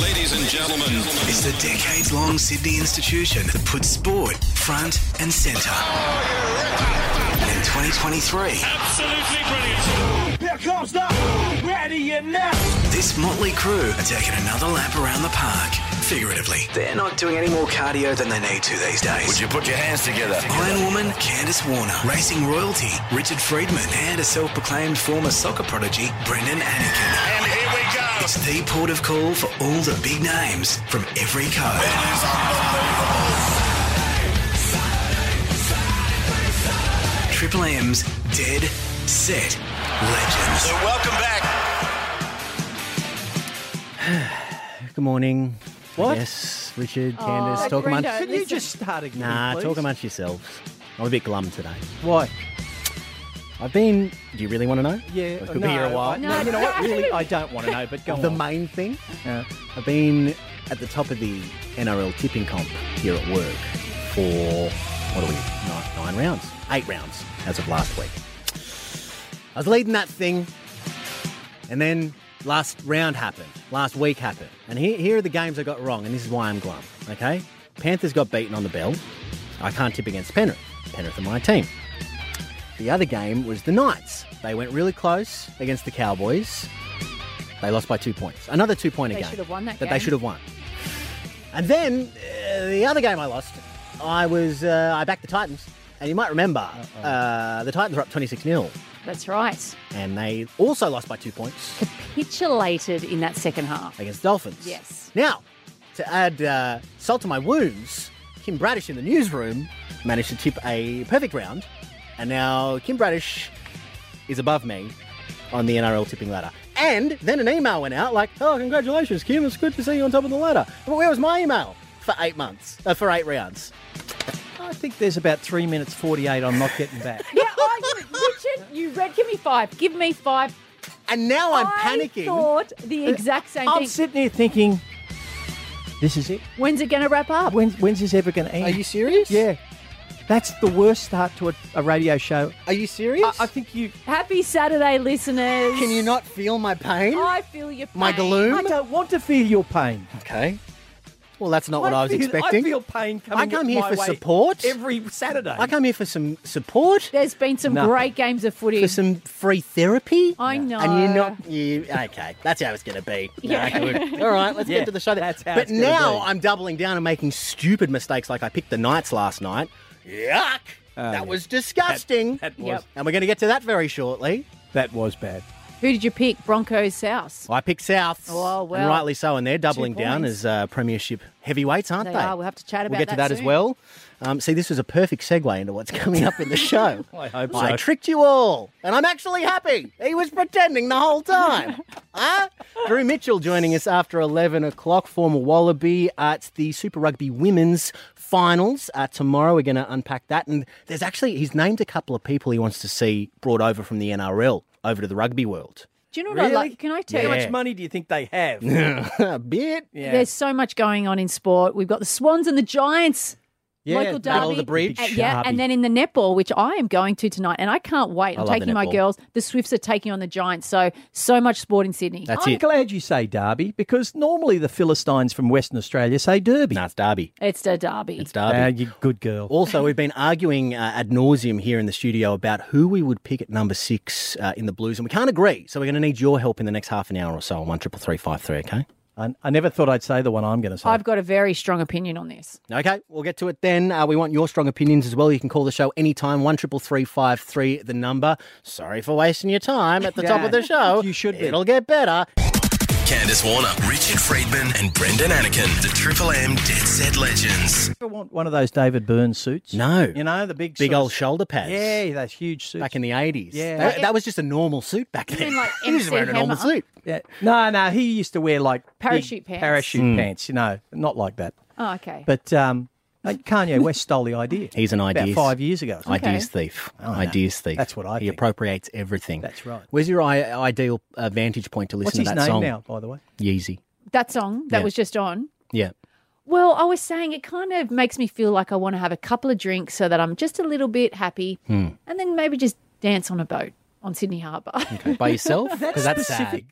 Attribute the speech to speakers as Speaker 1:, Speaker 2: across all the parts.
Speaker 1: Ladies and gentlemen,
Speaker 2: It's the decades long Sydney institution that puts sport front and centre. And in 2023,
Speaker 3: Absolutely brilliant.
Speaker 4: Here comes the ready and now.
Speaker 2: this motley crew are taking another lap around the park, figuratively. They're not doing any more cardio than they need to these days.
Speaker 5: Would you put your hands together?
Speaker 2: Iron Woman, Candace Warner, racing royalty, Richard Friedman, and a self proclaimed former soccer prodigy, Brendan Anakin.
Speaker 5: And here we go.
Speaker 2: It's the port of call for all the big names from every code. Triple M's Dead Set Legends.
Speaker 5: welcome back.
Speaker 6: Good morning.
Speaker 7: What?
Speaker 6: Yes, Richard, Candace,
Speaker 7: Oh,
Speaker 6: talk
Speaker 7: Brendo,
Speaker 6: amongst.
Speaker 7: Could
Speaker 4: Can you just start again?
Speaker 6: Nah,
Speaker 4: please?
Speaker 6: talk amongst yourselves. I'm a bit glum today.
Speaker 4: Why?
Speaker 6: I've been. Do you really want to know?
Speaker 4: Yeah,
Speaker 6: I could
Speaker 4: no,
Speaker 6: be here a while.
Speaker 4: I-
Speaker 7: No,
Speaker 4: you know what?
Speaker 7: no.
Speaker 4: Really, I don't want to know. But go
Speaker 6: the
Speaker 4: on.
Speaker 6: main thing.
Speaker 4: Yeah.
Speaker 6: I've been at the top of the NRL tipping comp here at work for what are we? Nine, nine rounds, eight rounds as of last week. I was leading that thing, and then last round happened. Last week happened, and here, here are the games I got wrong, and this is why I'm glum. Okay, Panthers got beaten on the bell. I can't tip against Penrith. Penrith are my team. The other game was the Knights. They went really close against the Cowboys. They lost by two points. Another two point
Speaker 7: They
Speaker 6: game.
Speaker 7: should have won that
Speaker 6: they
Speaker 7: game.
Speaker 6: should have won. And then uh, the other game I lost, I was uh, I backed the Titans. And you might remember, uh, the Titans were up 26 0,
Speaker 7: That's right.
Speaker 6: and they also lost by two points
Speaker 7: Capitulated in that second half.
Speaker 6: against the Dolphins.
Speaker 7: Yes.
Speaker 6: Now, to add uh, salt to my wounds, Kim Bradish in the newsroom managed to tip a perfect round, and now Kim Bradish is above me on the NRL tipping ladder. And then an email went out like, "Oh, congratulations, Kim! It's good to see you on top of the ladder." But where was my email for eight months? Uh, for eight rounds?
Speaker 4: I think there's about three minutes forty-eight. I'm not getting back.
Speaker 7: Yeah, I, Richard, you read. Give me five. Give me five.
Speaker 6: And now I'm
Speaker 7: I
Speaker 6: panicking. Uh,
Speaker 7: Thought the exact same
Speaker 4: I'm
Speaker 7: thing.
Speaker 4: sitting here thinking, this is it.
Speaker 7: When's it going to wrap up?
Speaker 4: When's, when's this ever going to end?
Speaker 6: Are you serious?
Speaker 4: Yeah. That's the worst start to a, a radio show.
Speaker 6: Are you serious?
Speaker 4: I, I think you.
Speaker 7: Happy Saturday, listeners.
Speaker 6: Can you not feel my pain?
Speaker 7: I feel your pain.
Speaker 6: my gloom?
Speaker 4: I don't want to feel your pain.
Speaker 6: Okay. Well, that's not what I was
Speaker 4: feel,
Speaker 6: expecting.
Speaker 4: I feel pain coming.
Speaker 6: I come here
Speaker 4: my
Speaker 6: for
Speaker 4: way
Speaker 6: support.
Speaker 4: every Saturday.
Speaker 6: I come here for some support,
Speaker 7: There's been some
Speaker 4: Nothing.
Speaker 7: great games of footy.
Speaker 6: for some free therapy.
Speaker 7: I know.
Speaker 6: And you're not you okay? That's how it's going to be. No,
Speaker 7: Yeah.
Speaker 6: okay, we're- all right, let's
Speaker 4: Yeah,
Speaker 6: get to the show. then.
Speaker 4: that's how
Speaker 6: but
Speaker 4: it's gonna
Speaker 6: now
Speaker 4: be.
Speaker 6: I'm doubling down and making stupid mistakes, like I picked the Knights last night. Yuck! that
Speaker 4: Oh, yeah.
Speaker 6: was disgusting.
Speaker 4: that was
Speaker 7: Yep.
Speaker 6: and we're going to get to that very shortly.
Speaker 4: that was bad.
Speaker 7: Who did you pick? Broncos South.
Speaker 6: I picked South.
Speaker 7: Oh, well.
Speaker 6: And rightly so, and they're doubling down
Speaker 7: points.
Speaker 6: as uh, Premiership heavyweights, aren't
Speaker 7: They
Speaker 6: they?
Speaker 7: are. We'll have to chat
Speaker 6: We'll
Speaker 7: about
Speaker 6: get to
Speaker 7: that
Speaker 6: that as
Speaker 7: soon.
Speaker 6: well. Um, see, this was a perfect segue into what's coming up in the show.
Speaker 4: I hope
Speaker 6: I
Speaker 4: so.
Speaker 6: tricked you all, and I'm actually happy. He was pretending the whole time. huh? Drew Mitchell joining us after 11 o'clock, former Wallaby at the Super Rugby Women's Finals. Uh, tomorrow we're going to unpack that. And there's actually, he's named a couple of people he wants to see brought over from the NRL over to the rugby world.
Speaker 7: Do you know what
Speaker 4: Really?
Speaker 7: I like? Can I tell
Speaker 4: How
Speaker 7: you?
Speaker 4: much money do you think they have? yeah.
Speaker 6: a bit.
Speaker 7: There's so much going on in sport. We've got the Swans and the Giants. local
Speaker 6: battle of
Speaker 7: derby.
Speaker 6: the bridge.
Speaker 7: Uh, yeah, and then in the netball, which I am going to tonight, and I can't wait.
Speaker 6: I
Speaker 7: I'm
Speaker 6: love the
Speaker 7: taking my
Speaker 6: netball.
Speaker 7: girls. The Swifts are taking on the Giants. So, so much sport in Sydney.
Speaker 6: That's
Speaker 4: I'm
Speaker 6: it.
Speaker 4: glad you say Derby because normally the Philistines from Western Australia say Derby.
Speaker 6: No, it's Derby.
Speaker 7: it's the derby.
Speaker 6: It's Derby.
Speaker 4: Ah, you good girl.
Speaker 6: Also, we've been arguing uh, ad nauseum here in the studio about who we would pick at number six uh, in the Blues, and we can't agree. So we're going to need your help in the next half an hour or so on one triple three five three. Okay.
Speaker 4: I, I never thought I'd say the one I'm going to say.
Speaker 7: I've got a very strong opinion on this.
Speaker 6: Okay, we'll get to it then. Uh, we want your strong opinions as well. You can call the show anytime, one triple three five three. The number. Sorry for wasting your time at the top of the show.
Speaker 4: You should be.
Speaker 6: It'll get better.
Speaker 2: Candace Warner, Richard Friedman, and Brendan Anakin, the Triple M Dead Set Legends.
Speaker 4: ever want one of those David Byrne suits?
Speaker 6: No.
Speaker 4: You know, the big
Speaker 6: Big
Speaker 4: sort of-
Speaker 6: old shoulder pads.
Speaker 4: Yeah, those huge suits.
Speaker 6: Back in the eighties.
Speaker 4: Yeah.
Speaker 6: That, that was just a normal suit back then.
Speaker 7: mean like
Speaker 6: he was just
Speaker 7: MC
Speaker 6: wearing a normal
Speaker 7: Hammer?
Speaker 6: suit.
Speaker 4: yeah. No, no, he used to wear like big
Speaker 7: Parachute pants.
Speaker 4: Parachute
Speaker 6: Mm.
Speaker 4: pants, you know, not like that.
Speaker 7: Oh, okay.
Speaker 4: But um, like Kanye West stole the idea.
Speaker 6: He's an
Speaker 4: About
Speaker 6: ideas.
Speaker 4: five years ago.
Speaker 6: Ideas thief. Ideas thief.
Speaker 4: That's what I
Speaker 6: He
Speaker 4: think.
Speaker 6: appropriates everything.
Speaker 4: That's right.
Speaker 6: Where's your I- ideal uh, vantage point to
Speaker 4: What's
Speaker 6: listen
Speaker 4: his
Speaker 6: to that
Speaker 4: name
Speaker 6: song?
Speaker 4: now, by the way?
Speaker 6: Yeezy.
Speaker 7: that song that
Speaker 6: Yeah.
Speaker 7: was just on.
Speaker 6: Yeah.
Speaker 7: Well, I was saying it kind of makes me feel like I want to have a couple of drinks so that I'm just a little bit happy,
Speaker 6: Hmm.
Speaker 7: and then maybe just dance on a boat on Sydney Harbour.
Speaker 6: By yourself? Because that's sad.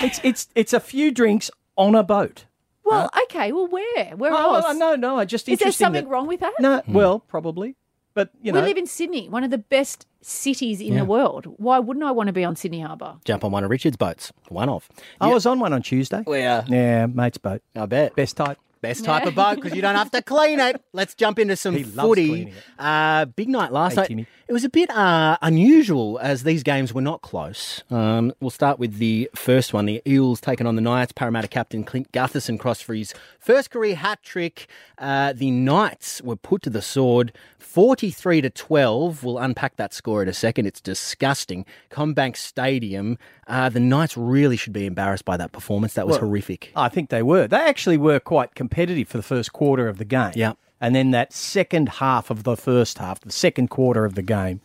Speaker 4: It's it's it's a few drinks on a boat.
Speaker 7: Well, okay. Well, where? Where
Speaker 4: Oh,
Speaker 7: else?
Speaker 4: no, no. I just
Speaker 7: Is there
Speaker 4: interesting
Speaker 7: something
Speaker 4: that-
Speaker 7: wrong with that?
Speaker 4: No, well, probably, but you know,
Speaker 7: we live in Sydney, one of the best cities in the world. Why wouldn't I want to be on Sydney Harbour?
Speaker 6: Jump on one of Richard's boats. One off.
Speaker 4: I was on one on Tuesday.
Speaker 6: Oh, Yeah.
Speaker 4: Yeah, mate's boat,
Speaker 6: I bet.
Speaker 4: best type.
Speaker 6: Best type of boat because you don't have to clean it. Let's jump into some
Speaker 4: He loves
Speaker 6: footy.
Speaker 4: cleaning it.
Speaker 6: Uh, big night last
Speaker 4: Hey,
Speaker 6: night.
Speaker 4: Timmy.
Speaker 6: It was a bit uh, unusual as these games were not close. Um, we'll start with the first one. The Eels taking on the Knights. Parramatta captain Clint Gutherson crossed for his first career hat trick. Uh, the Knights were put to the sword, forty-three to twelve. We'll unpack that score in a second. It's disgusting. Combank Stadium. Uh, the Knights really should be embarrassed by that performance. That was horrific.
Speaker 4: I think they were. They actually were quite competitive for the first quarter of the game.
Speaker 6: Yeah.
Speaker 4: And then that second half of the first half, the second quarter of the game,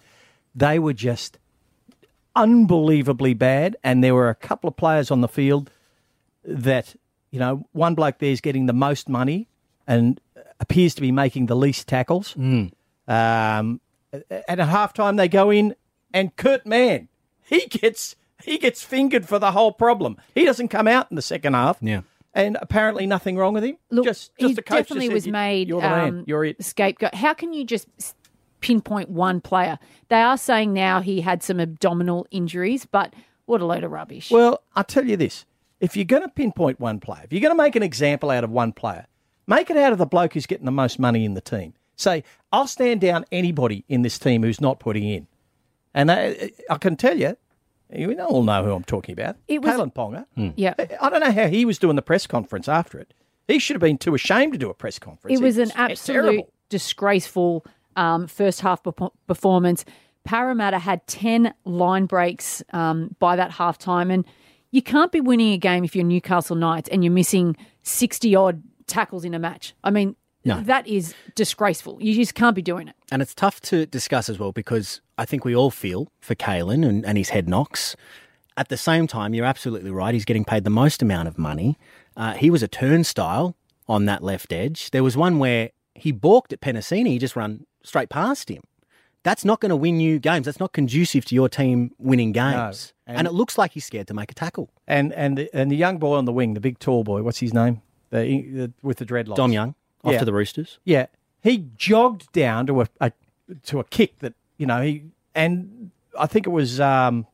Speaker 4: they were just unbelievably bad. And there were a couple of players on the field that, you know, one bloke there's getting the most money and appears to be making the least tackles. Um, and at halftime they go in and Kurt Mann, he gets he gets fingered for the whole problem. He doesn't come out in the second half.
Speaker 6: Yeah.
Speaker 4: And apparently nothing wrong with him.
Speaker 7: Look,
Speaker 4: just just
Speaker 7: he
Speaker 4: the coach just
Speaker 7: definitely
Speaker 4: said,
Speaker 7: was
Speaker 4: "You-
Speaker 7: made
Speaker 4: You're the man.
Speaker 7: um,
Speaker 4: You're it.
Speaker 7: scapegoat. How can you just s- pinpoint one player? They are saying now he had some abdominal injuries, but what a load of rubbish.
Speaker 4: Well, I'll tell you this. If you're going to pinpoint one player, if you're going to make an example out of one player, make it out of the bloke who's getting the most money in the team. Say, I'll stand down anybody in this team who's not putting in. And I, I can tell you, you all know who I'm talking about.
Speaker 7: It was- Hmm.
Speaker 4: Kalen Ponga.
Speaker 7: yeah.
Speaker 4: I don't know how he was doing the press conference after it. He should have been too ashamed to do a press conference.
Speaker 7: It was an
Speaker 4: It's
Speaker 7: absolute
Speaker 4: terrible.
Speaker 7: disgraceful um, first half perpo- performance. Parramatta had 10 line breaks um, by that half time. And you can't be winning a game if you're Newcastle Knights and you're missing 60 odd tackles in a match. I mean, that is disgraceful. You just can't be doing it.
Speaker 6: And it's tough to discuss as well because I think we all feel for Kalen and, and his head knocks. At the same time, you're absolutely right. He's getting paid the most amount of money. Uh, he was a turnstile on that left edge. There was one where he balked at Penasini, he just ran straight past him. That's not going to win you games. That's not conducive to your team winning games. And, it looks like he's scared to make a tackle.
Speaker 4: And and the, and the young boy on the wing, the big tall boy, what's his name? The, the with the dreadlocks.
Speaker 6: Dom Young, off
Speaker 4: Yeah.
Speaker 6: to the Roosters.
Speaker 4: Yeah, he jogged down to a, a to a kick that you know he and I think it was um,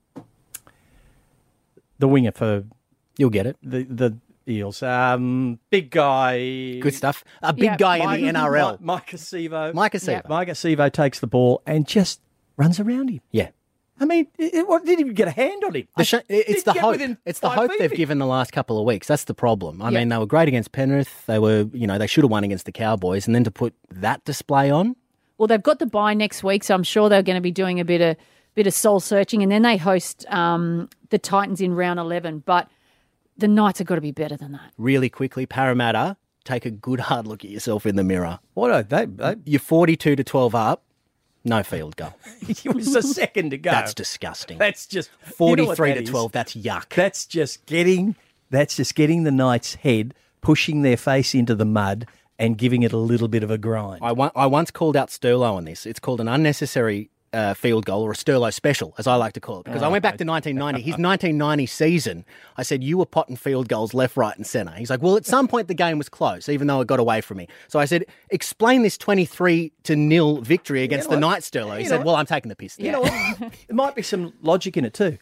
Speaker 4: the winger for
Speaker 6: You'll get it.
Speaker 4: the the Eels, um, big guy,
Speaker 6: Good stuff. A big
Speaker 7: Yeah.
Speaker 6: guy
Speaker 4: Mike-
Speaker 6: in the NRL.
Speaker 4: Mike Acevo.
Speaker 6: Mike Acevo.
Speaker 4: Mike Acevo takes the ball and just runs around him.
Speaker 6: Yeah.
Speaker 4: I mean, it, it, what, didn't even get a hand on him.
Speaker 6: The sh- it's
Speaker 4: Didn't
Speaker 6: the
Speaker 4: get
Speaker 6: hope.
Speaker 4: within
Speaker 6: It's the
Speaker 4: five
Speaker 6: hope
Speaker 4: feet of
Speaker 6: they've
Speaker 4: him.
Speaker 6: given the last couple of weeks. That's the problem. I
Speaker 7: Yeah.
Speaker 6: mean, they were great against Penrith. They were, you know, they should have won against the Cowboys, and then to put that display on,
Speaker 7: Well, they've got the bye next week, so I'm sure they're going to be doing a bit of bit of soul searching, and then they host um, the Titans in round 11. But the Knights have got to be better than that.
Speaker 6: really quickly, Parramatta take a good hard look at yourself in the mirror.
Speaker 4: What a, they, they,
Speaker 6: You're 42 to 12 up, no field goal.
Speaker 4: it was a second ago.
Speaker 6: That's disgusting.
Speaker 4: that's just you know what
Speaker 6: 43
Speaker 4: that
Speaker 6: to
Speaker 4: is?
Speaker 6: 12. That's yuck.
Speaker 4: That's just getting that's just getting the knight's head, pushing their face into the mud, and giving it a little bit of a grind.
Speaker 6: I, on- I once called out Sterlo on this. It's called an unnecessary uh, field goal or a Sterlo special, as I like to call it,
Speaker 4: Ah,
Speaker 6: because I went back to 1990. His 1990 season, I said, You were potting field goals left, right, and centre. He's like, Well, at some point the game was close, even though it got away from me. So I said, Explain this 23 to nil victory against the Knights, Sterlo. He
Speaker 4: you know
Speaker 6: said,
Speaker 4: what?
Speaker 6: Well, I'm taking the piss there.
Speaker 4: You know, what? there might be some logic in it too.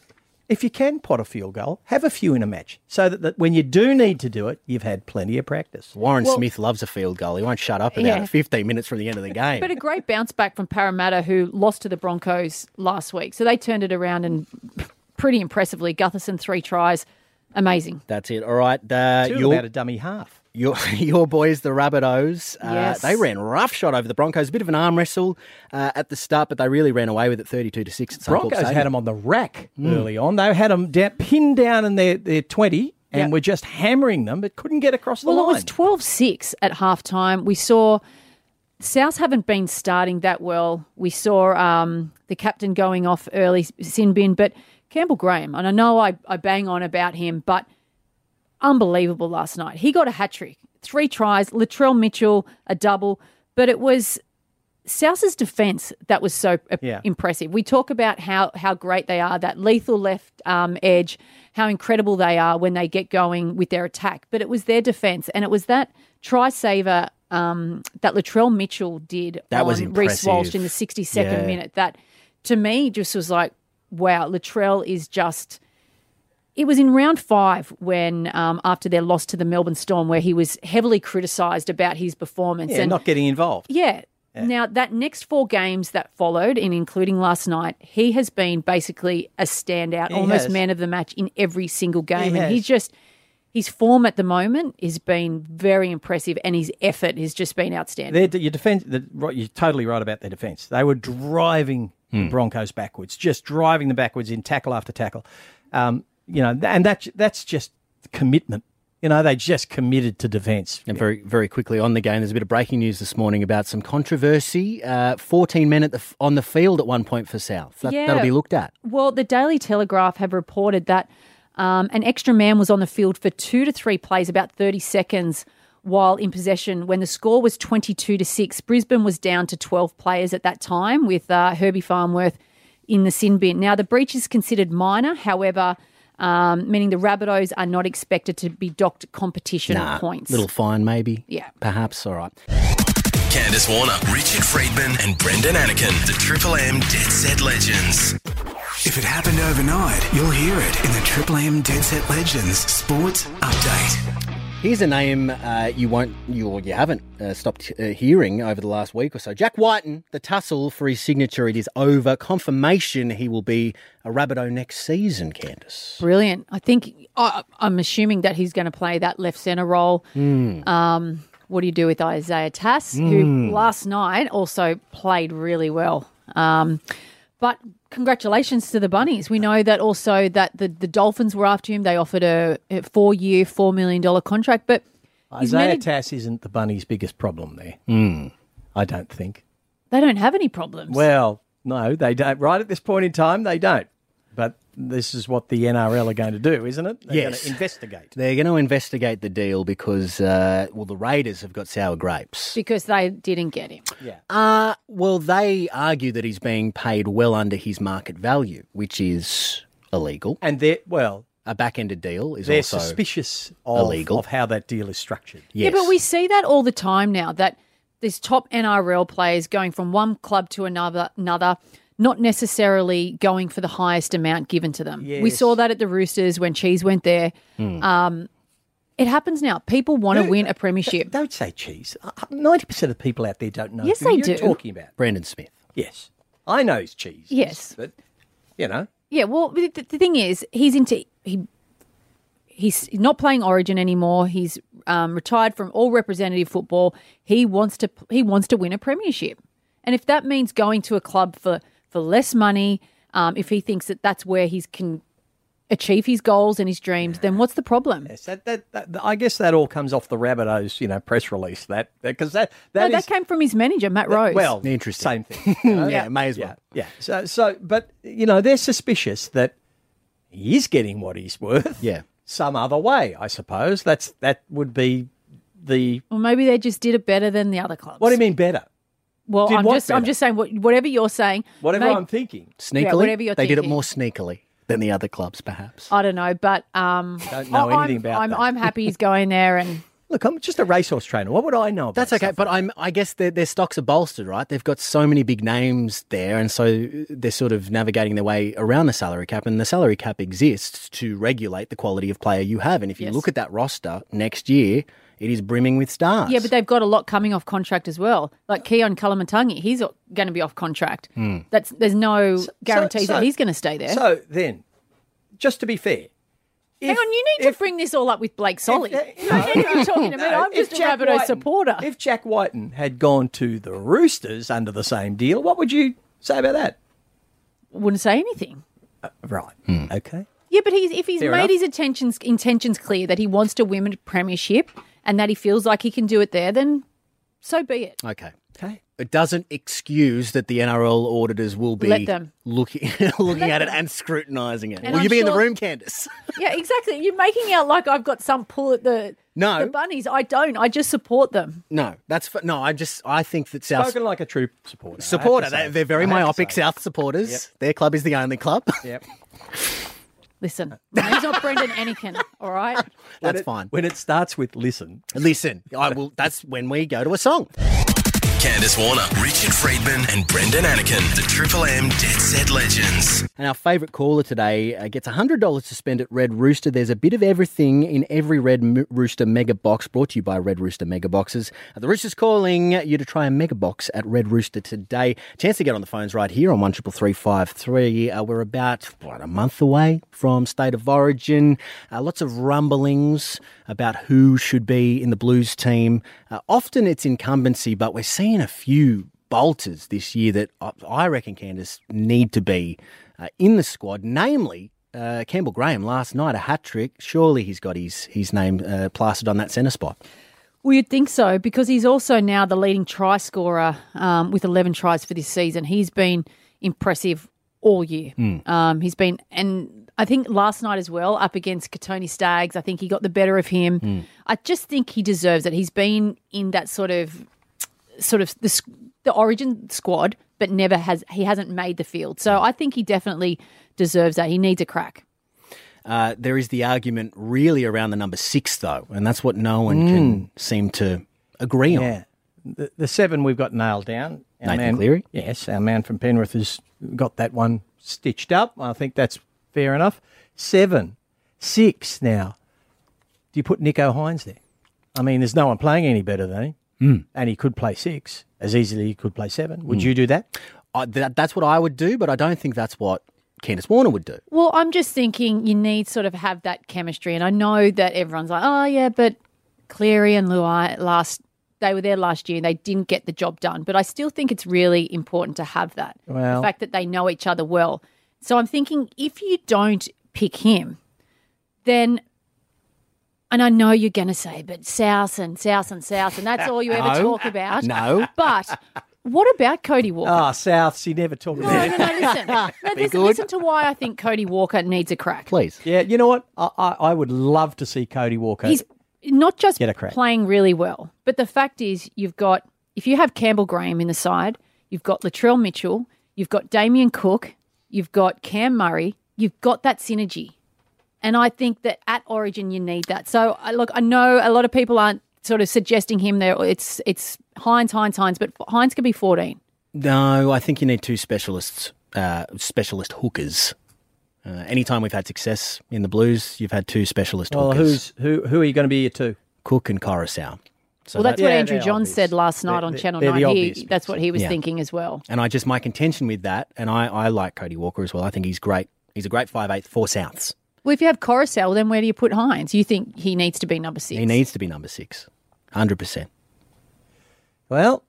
Speaker 4: If you can pot a field goal, have a few in a match, so that, that when you do need to do it, you've had plenty of practice.
Speaker 6: Warren Smith loves a field goal. He won't shut up in
Speaker 7: Yeah.
Speaker 6: about 15 minutes from the end of the game.
Speaker 7: But a great bounce back from Parramatta, who lost to the Broncos last week. So they turned it around and pretty impressively. Gutherson, three tries. Amazing.
Speaker 6: That's it. All right. Uh,
Speaker 4: Two
Speaker 6: you'll-
Speaker 4: about a dummy half.
Speaker 6: Your your boys, the Rabbitohs, uh,
Speaker 7: Yes.
Speaker 6: they ran roughshod over the Broncos. A bit of an arm wrestle uh, at the start, but they really ran away with it, thirty-two to six. At Suncorp
Speaker 4: Broncos
Speaker 6: Stadium.
Speaker 4: had them on the rack early on. They had them down, pinned down in their, their twenty,
Speaker 7: Yeah.
Speaker 4: and were just hammering them, but couldn't get across the
Speaker 7: Well,
Speaker 4: line.
Speaker 7: it was 12 6 at half time. We saw Souths haven't been starting that well. We saw um, the captain going off early, Sinbin, but Campbell Graham, and I know I, I bang on about him, but unbelievable last night. He got a hat trick, three tries, Latrell Mitchell, a double, but it was South's defence that was so uh,
Speaker 4: Yeah.
Speaker 7: impressive. We talk about how how great they are, that lethal left um, edge, how incredible they are when they get going with their attack. But it was their defence, and it was that try saver um, that Latrell Mitchell did
Speaker 6: That
Speaker 7: on
Speaker 6: was
Speaker 7: Reece Walsh
Speaker 6: impressive.
Speaker 7: in the sixty second
Speaker 6: Yeah.
Speaker 7: minute. That to me just was like, wow, Latrell is just it was in round five when, um, after their loss to the Melbourne Storm, where he was heavily criticised about his performance.
Speaker 4: Yeah,
Speaker 7: and
Speaker 4: not getting involved.
Speaker 7: yeah. Now, that next four games that followed, and including last night, he has been basically a standout,
Speaker 4: He
Speaker 7: almost
Speaker 4: has.
Speaker 7: man of the match in every single game.
Speaker 4: He
Speaker 7: and he's
Speaker 4: has.
Speaker 7: just, his form at the moment has been very impressive, and his effort has just been outstanding.
Speaker 4: Their, your defense, the, right, you're totally right about their defense. They were driving
Speaker 6: Hmm.
Speaker 4: the Broncos backwards, just driving them backwards in tackle after tackle. Um, you know, and that's that's just commitment. You know, they just committed to defense.
Speaker 6: And very, very quickly on the game, there's a bit of breaking news this morning about some controversy. Uh, 14 men at the, f- on the field at one point for South. That,
Speaker 7: Yeah.
Speaker 6: That'll be looked at.
Speaker 7: Well, the Daily Telegraph have reported that um, an extra man was on the field for two to three plays, about 30 seconds while in possession. When the score was 22 to 6, Brisbane was down to 12 players at that time with uh, Herbie Farmworth in the sin bin. Now, the breach is considered minor, however, um, meaning the Rabbitohs are not expected to be docked competition
Speaker 6: Nah,
Speaker 7: points.
Speaker 6: Little fine, maybe.
Speaker 7: Yeah.
Speaker 6: Perhaps. All right.
Speaker 2: Candace Warner, Richard Friedman, and Brendan Anakin, the Triple M Dead Set Legends. If it happened overnight, you'll hear it in the Triple M Dead Set Legends Sports Update.
Speaker 6: Here's a name uh, you won't, you or you haven't uh, stopped uh, hearing over the last week or so. Jack Whiten, the tussle for his signature, it is over. Confirmation he will be a Rabbitoh next season. Candace,
Speaker 7: Brilliant. I think I, I'm assuming that he's going to play that left centre role. Um, what do you do with Isaiah Tass, who last night also played really well? Um, but congratulations to the Bunnies. We know that also that the, the Dolphins were after him. They offered a, a four year, $4 million contract, but he's
Speaker 4: Isaiah
Speaker 7: managed-
Speaker 4: Tass isn't the bunny's biggest problem there.
Speaker 6: Hmm.
Speaker 4: I don't think.
Speaker 7: they don't have any problems.
Speaker 4: Well, no, they don't. Right at this point in time, they don't. But this is what the NRL are going to do, isn't it? They're
Speaker 6: Yes.
Speaker 4: going to investigate.
Speaker 6: they're going to investigate the deal because, uh, well, the Raiders have got sour grapes.
Speaker 7: because they didn't get him.
Speaker 6: Uh, well, they argue that he's being paid well under his market value, which is illegal.
Speaker 4: And they're, well,
Speaker 6: A back-ended deal is
Speaker 4: they're
Speaker 6: also
Speaker 4: suspicious of,
Speaker 6: illegal.
Speaker 4: of how that deal is structured.
Speaker 6: Yes.
Speaker 7: Yeah, but we see that all the time now that these top NRL players going from one club to another, another, not necessarily going for the highest amount given to them. We saw that at the Roosters when Cheese went there. Um, it happens now. People want to win a premiership.
Speaker 4: Don't say cheese. Uh, Ninety percent of people out there don't know.
Speaker 7: Yes,
Speaker 4: who
Speaker 7: they do.
Speaker 4: you're Talking about
Speaker 6: Brandon Smith.
Speaker 4: yes, I know it's cheese.
Speaker 7: Yes.
Speaker 4: but you know,
Speaker 7: Yeah, well, the, the thing is, he's into he he's not playing Origin anymore. He's um, retired from all representative football. He wants to he wants to win a premiership, and if that means going to a club for for less money, um, if he thinks that that's where he can achieve his goals and his dreams, then what's the problem?
Speaker 4: yes, that, that, that, I guess that all comes off the Rabbitohs, you know, press release that because that that
Speaker 7: no, that
Speaker 4: is-
Speaker 7: came from his manager, Matt Rose.
Speaker 4: well Same
Speaker 6: Interesting.
Speaker 4: thing. you know?
Speaker 6: Yeah, may as well.
Speaker 4: yeah, yeah. So so, but you know, they're suspicious that he is getting what he's worth.
Speaker 6: Yeah.
Speaker 4: some other way, I suppose. That's that would be the.
Speaker 7: or maybe they just did it better than the other clubs.
Speaker 4: What do you mean better?
Speaker 7: Well,
Speaker 4: did
Speaker 7: I'm
Speaker 4: what
Speaker 7: just I'm
Speaker 4: better?
Speaker 7: just saying what, whatever you're saying.
Speaker 4: Whatever
Speaker 7: may-
Speaker 4: I'm thinking.
Speaker 6: Sneakily,
Speaker 7: whatever you're
Speaker 6: they did it
Speaker 7: thinking.
Speaker 6: more sneakily than the other clubs, perhaps.
Speaker 7: I don't know, but um,
Speaker 4: Don't know
Speaker 7: I-
Speaker 4: anything
Speaker 7: I'm,
Speaker 4: about
Speaker 7: I'm,
Speaker 4: that.
Speaker 7: I'm happy he's going there, and
Speaker 4: Look, I'm just a racehorse trainer. What would I know? About
Speaker 6: That's okay, but I'm, I guess their, their stocks are bolstered, right? They've got so many big names there, and so they're sort of navigating their way around the salary cap, and the salary cap exists to regulate the quality of player you have. And if you
Speaker 7: Yes.
Speaker 6: look at that roster next year, it is brimming with stars.
Speaker 7: yeah, but they've got a lot coming off contract as well. Like Keon Kalamatangi, he's going to be off contract. That's there's no guarantees
Speaker 4: Hmm. so-
Speaker 7: that he's going to stay there.
Speaker 4: So then, just to be fair,
Speaker 7: Hang on, you need to bring this all up with Blake Solly. I don't know what you're talking about. I'm just a Rabbitoh supporter.
Speaker 4: If Jack Whiten had gone to the Roosters under the same deal, what would you say about that?
Speaker 7: Wouldn't say anything.
Speaker 4: Right.
Speaker 6: Hmm.
Speaker 4: Okay.
Speaker 7: Yeah, but he's if he's
Speaker 4: Fair
Speaker 7: made
Speaker 4: enough.
Speaker 7: his intentions intentions clear that he wants to win a premiership and that he feels like he can do it there, then so be it.
Speaker 6: Okay.
Speaker 4: Okay.
Speaker 6: It doesn't excuse that the NRL auditors will be
Speaker 7: Let them.
Speaker 6: looking looking at it and scrutinising it.
Speaker 7: And
Speaker 6: will you
Speaker 7: I'm
Speaker 6: be in the
Speaker 7: sure-
Speaker 6: room, Candace?
Speaker 7: Yeah, exactly. You're making out like I've got some pull at the
Speaker 6: No.
Speaker 7: the bunnies. I don't. I just support them.
Speaker 6: No, that's f- no. I just I think that South
Speaker 4: Spoken like a true supporter. I have to
Speaker 6: supporter.
Speaker 4: say.
Speaker 6: They, they're very
Speaker 4: I have to
Speaker 6: myopic
Speaker 4: say.
Speaker 6: South supporters. Their club is the only club.
Speaker 4: Yep.
Speaker 7: Listen, my name's not Brendan Anakin. All right.
Speaker 4: When
Speaker 6: that's
Speaker 4: it-
Speaker 6: fine.
Speaker 4: When it starts with listen,
Speaker 6: Listen, I will. That's when we go to a song.
Speaker 2: Candace Warner, Richard Friedman, and Brendan Anakin, the Triple M Dead Set Legends.
Speaker 6: And our favourite caller today uh, gets $100 to spend at Red Rooster. There's a bit of everything in every Red M- Rooster mega box brought to you by Red Rooster mega boxes. Uh, The Rooster's calling you to try a mega box at Red Rooster today. Chance to get on the phones right here on 133353. Uh, we're about, what, a month away from State of Origin. Uh, lots of rumblings about who should be in the Blues team. Uh, often it's incumbency, but we're seeing a few bolters this year that I- I reckon Candace need to be uh, in the squad, namely uh, Campbell Graham last night, a hat trick. Surely he's got his his name uh, plastered on that centre spot.
Speaker 7: Well, you'd think so because he's also now the leading try scorer um, with 11 tries for this season. He's been impressive all year. Um, he's been, and I think last night as well, up against Katoni Staggs, I think he got the better of him. I just think he deserves it. He's been in that sort of, sort of the, s- the origin squad, but never has he hasn't made the field. So I think he definitely deserves that. He needs a crack.
Speaker 6: Uh, there is the argument really around the number six though, and that's what no one can seem to agree on.
Speaker 4: yeah, the, the seven we've got nailed down. Our
Speaker 6: Nathan Cleary?
Speaker 4: Yes, our man from Penrith has got that one stitched up. I think that's fair enough. Seven, six now. Do you put Nico Hines there? I mean, there's no one playing any better than him.
Speaker 6: Hmm.
Speaker 4: And he could play six as easily. He could play seven. Would you do that?
Speaker 6: I, that, that's what I would do, but I don't think that's what Candace Warner would do.
Speaker 7: Well, I'm just thinking you need sort of have that chemistry, and I know that everyone's like, oh yeah, but Cleary and Luai last they were there last year and they didn't get the job done. But I still think it's really important to have that
Speaker 4: Well-
Speaker 7: the fact that they know each other well. So I'm thinking if you don't pick him, then. And I know you're going to say, but South and South and South, and that's all you ever talk about.
Speaker 6: No.
Speaker 7: But what about Cody Walker?
Speaker 4: Ah, Souths, you never talk about
Speaker 7: no,
Speaker 4: it.
Speaker 7: no, no, listen. No, listen, listen to why I think Cody Walker needs a crack.
Speaker 6: Please.
Speaker 4: Yeah, you know what? I, I, I would love to see Cody Walker.
Speaker 7: He's not just
Speaker 4: Get a crack.
Speaker 7: playing really well, but the fact is, you've got if you have Campbell Graham in the side, you've got Latrell Mitchell, you've got Damien Cook, you've got Cam Murray, you've got that synergy, and I think that at Origin you need that. So I- look, I know a lot of people aren't sort of suggesting him there. It's it's Hines, Hines, Hines, but Hines can be fourteen.
Speaker 6: No, I think you need two specialists, uh, specialist hookers. Uh, anytime we've had success in the Blues, you've had two specialist
Speaker 4: well,
Speaker 6: hookers,
Speaker 4: who's who? Who are you going to be your two?
Speaker 6: Cook and Coruscant. So
Speaker 7: Well, that's
Speaker 6: that-
Speaker 7: what
Speaker 4: Yeah,
Speaker 7: Andrew
Speaker 4: they're
Speaker 7: John
Speaker 4: obvious.
Speaker 7: said last night
Speaker 4: They're-
Speaker 7: on
Speaker 4: they're-
Speaker 7: Channel
Speaker 4: they're the
Speaker 7: Nine.
Speaker 4: obvious
Speaker 7: he,
Speaker 4: picks.
Speaker 7: that's what he was
Speaker 6: Yeah.
Speaker 7: thinking as well.
Speaker 6: and I just my contention with that, and I, I like Cody Walker as well. I think he's great. He's a great five eighth four Souths.
Speaker 7: Well, if you have Coruscant, then where do you put Hines? You think he needs to be number six?
Speaker 6: He needs to be number six, hundred percent.
Speaker 4: Well,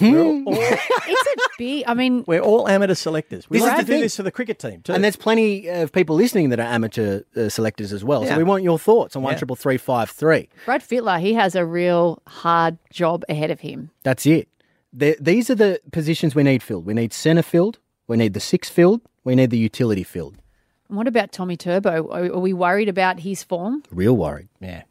Speaker 4: we're
Speaker 6: Hmm.
Speaker 4: all- all-
Speaker 7: it's a big. I mean,
Speaker 4: We're all amateur selectors. We
Speaker 6: This is
Speaker 4: like
Speaker 6: the
Speaker 4: to do
Speaker 6: thing.
Speaker 4: this for the cricket team too.
Speaker 6: And there's plenty of people listening that are amateur uh, selectors as well.
Speaker 4: Yeah.
Speaker 6: So we want your thoughts on one triple three five three.
Speaker 7: Brad Fittler, he has a real hard job ahead of him.
Speaker 6: That's it. The these are the positions we need filled. We need centre field. We need the six field. We need the utility field.
Speaker 7: And what about Tommy Turbo? Are, are we worried about his form?
Speaker 6: Real worried.
Speaker 4: yeah,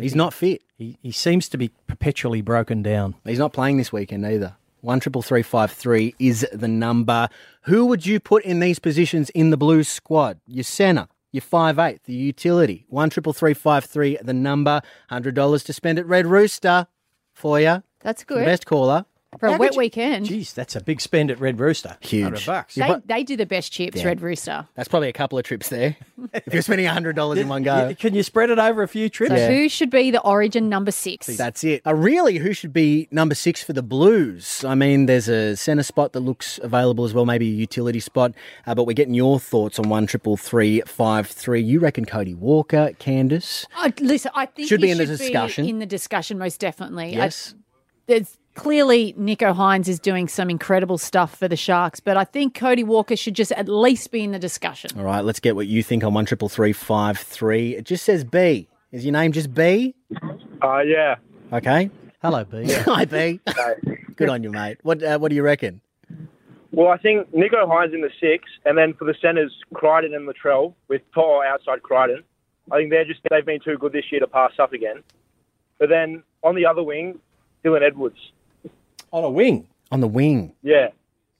Speaker 6: He's not fit.
Speaker 4: he, he seems to be perpetually broken down.
Speaker 6: He's not playing this weekend either. One triple three five three is the number. Who would you put in these positions in the Blues squad? Your centre, your five eight, the utility. One triple three five three, the number. Hundred dollars to spend at Red Rooster for you.
Speaker 7: That's
Speaker 6: The
Speaker 7: good
Speaker 6: best caller.
Speaker 7: for a
Speaker 4: How
Speaker 7: wet
Speaker 4: could you-
Speaker 7: weekend.
Speaker 4: Geez, that's a big spend at Red Rooster.
Speaker 6: Huge.
Speaker 4: 100 bucks.
Speaker 7: they, they do the best chips, Red Rooster.
Speaker 6: That's probably a couple of trips there. if you're spending hundred dollars in one go.
Speaker 4: Yeah, Can you spread it over a few trips?
Speaker 7: So who should be the Origin number six?
Speaker 6: That's it. Uh, really, who should be number six for the Blues? I mean, there's a centre spot that looks available as well, maybe a utility spot. Uh, but we're getting your thoughts on one triple three five three. You reckon Cody Walker, Candace?
Speaker 7: I, listen, I think
Speaker 6: Should
Speaker 7: he
Speaker 6: be in the
Speaker 7: should
Speaker 6: discussion.
Speaker 7: in the discussion, most definitely. I-
Speaker 6: Yes.
Speaker 7: there's clearly Nico Hines is doing some incredible stuff for the Sharks, but I think Cody Walker should just at least be in the discussion.
Speaker 6: All right, let's get what you think on one triple three five three. It just says B. Is your name just B?
Speaker 1: Uh, yeah.
Speaker 6: Okay.
Speaker 4: Hello, B.
Speaker 6: Hi B. Good on you, mate. What uh, What do you reckon?
Speaker 1: Well, I think Nico Hines in the six, and then for the centres, Crichton and Latrell with To'o outside Crichton. I think they're just they've been too good this year to pass up again. But then on the other wing, Dylan Edwards.
Speaker 4: On a wing.
Speaker 6: On the wing.
Speaker 1: Yeah,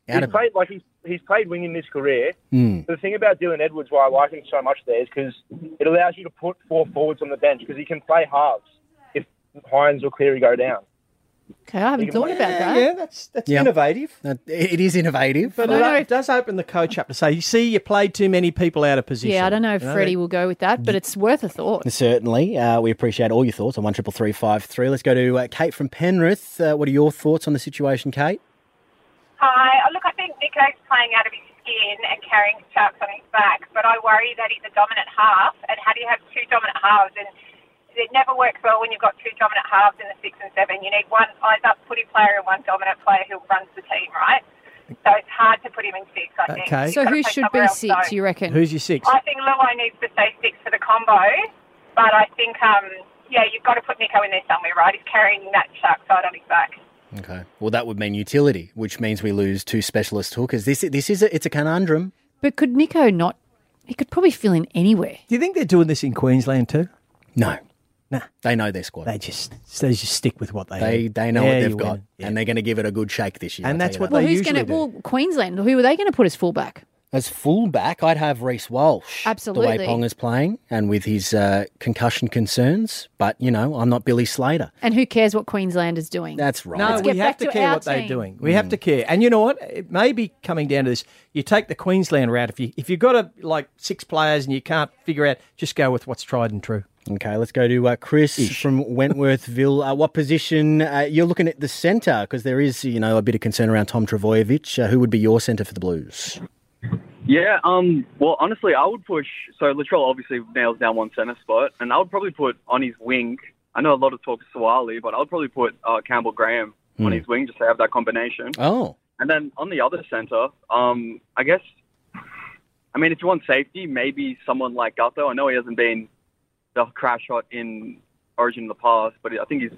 Speaker 6: Out
Speaker 1: he's
Speaker 6: of-
Speaker 1: played like he's he's played wing in his career.
Speaker 6: Hmm.
Speaker 1: The thing about Dylan Edwards, why I like him so much there, is because it allows you to put four forwards on the bench because he can play halves if Hines or Cleary go down.
Speaker 7: Okay, I haven't thought about that.
Speaker 4: Yeah, that's that's
Speaker 6: Yeah.
Speaker 4: innovative.
Speaker 6: That- Uh, It is innovative.
Speaker 4: But
Speaker 7: I
Speaker 4: it,
Speaker 7: don't know
Speaker 4: it does open the coach up to say, you see, you played too many people out of position.
Speaker 7: Yeah, I don't know if
Speaker 4: You
Speaker 7: Freddie will go with that, but it's worth a thought.
Speaker 6: Certainly, uh, we appreciate all your thoughts on one triple three five three. Let's go to uh, Kate from Penrith. Uh, what are your thoughts on the situation, Kate?
Speaker 3: Hi. Oh, Look, I think Nico's playing out of his skin and carrying chucks on his back, but I worry that he's a dominant half. And how do you have two dominant halves? And it never works well when you've got two dominant halves in the six and seven. You need one eyes up footy player and one dominant player who runs the team, right? So it's hard to put him in six, I think.
Speaker 4: Okay.
Speaker 3: He's
Speaker 7: So
Speaker 3: gotta
Speaker 7: who
Speaker 3: play
Speaker 7: should be
Speaker 3: somewhere else,
Speaker 7: six,
Speaker 3: though.
Speaker 7: you reckon?
Speaker 4: Who's your six?
Speaker 3: I think Luai needs to stay six for the combo, but I think, um, yeah, you've got to put Nico in there somewhere, right? He's carrying that shark side on his back.
Speaker 6: Okay. Well, that would mean utility, which means we lose two specialist hookers. This this is a, it's a conundrum.
Speaker 7: But could Nico not? He could probably fill in anywhere.
Speaker 4: Do you think they're doing this in Queensland too?
Speaker 6: No,
Speaker 4: Nah.
Speaker 6: they know their squad.
Speaker 4: They just they just stick with what they
Speaker 6: They
Speaker 4: have.
Speaker 6: they know
Speaker 4: Yeah,
Speaker 6: what they've
Speaker 4: you
Speaker 6: got,
Speaker 4: win. Yeah.
Speaker 6: and they're going to give it a good shake this year.
Speaker 4: And
Speaker 6: I'll
Speaker 4: that's
Speaker 6: tell
Speaker 4: what
Speaker 6: you that.
Speaker 7: Well,
Speaker 4: They
Speaker 7: who's going to?
Speaker 4: usually do.
Speaker 7: Well, Queensland. Who are they going to put as fullback?
Speaker 6: as fullback. I'd have Reese Walsh. the
Speaker 7: Absolutely.
Speaker 6: way Pong is playing, and with his uh, concussion concerns. But you know, I'm not Billy Slater.
Speaker 7: And who cares what Queensland is doing?
Speaker 6: That's right.
Speaker 4: No,
Speaker 7: get
Speaker 4: we have
Speaker 7: back
Speaker 4: to
Speaker 7: to
Speaker 4: care
Speaker 7: our
Speaker 4: what they're
Speaker 7: team.
Speaker 4: doing. We have to care. And you know what? It may be coming down to this. You take the Queensland route. If you if you've got a, like six players and you can't figure out, just go with what's tried and true.
Speaker 6: Okay, let's go to uh, Chris from Wentworthville. Uh, what position uh, you're looking at the centre? Because there is, you know, a bit of concern around Tom Travojevic. Uh, who would be your centre for the Blues?
Speaker 8: Yeah, um, well, honestly, I would push. So Latrell obviously nails down one centre spot, and I would probably put on his wing. I know a lot of talk is Sawali, but I would probably put uh, Campbell Graham on his wing just to have that combination.
Speaker 6: Oh,
Speaker 8: And then on the other centre, um, I guess, I mean, if you want safety, maybe someone like Gutho. I know he hasn't been the crash hot in Origin in the past, but I think he's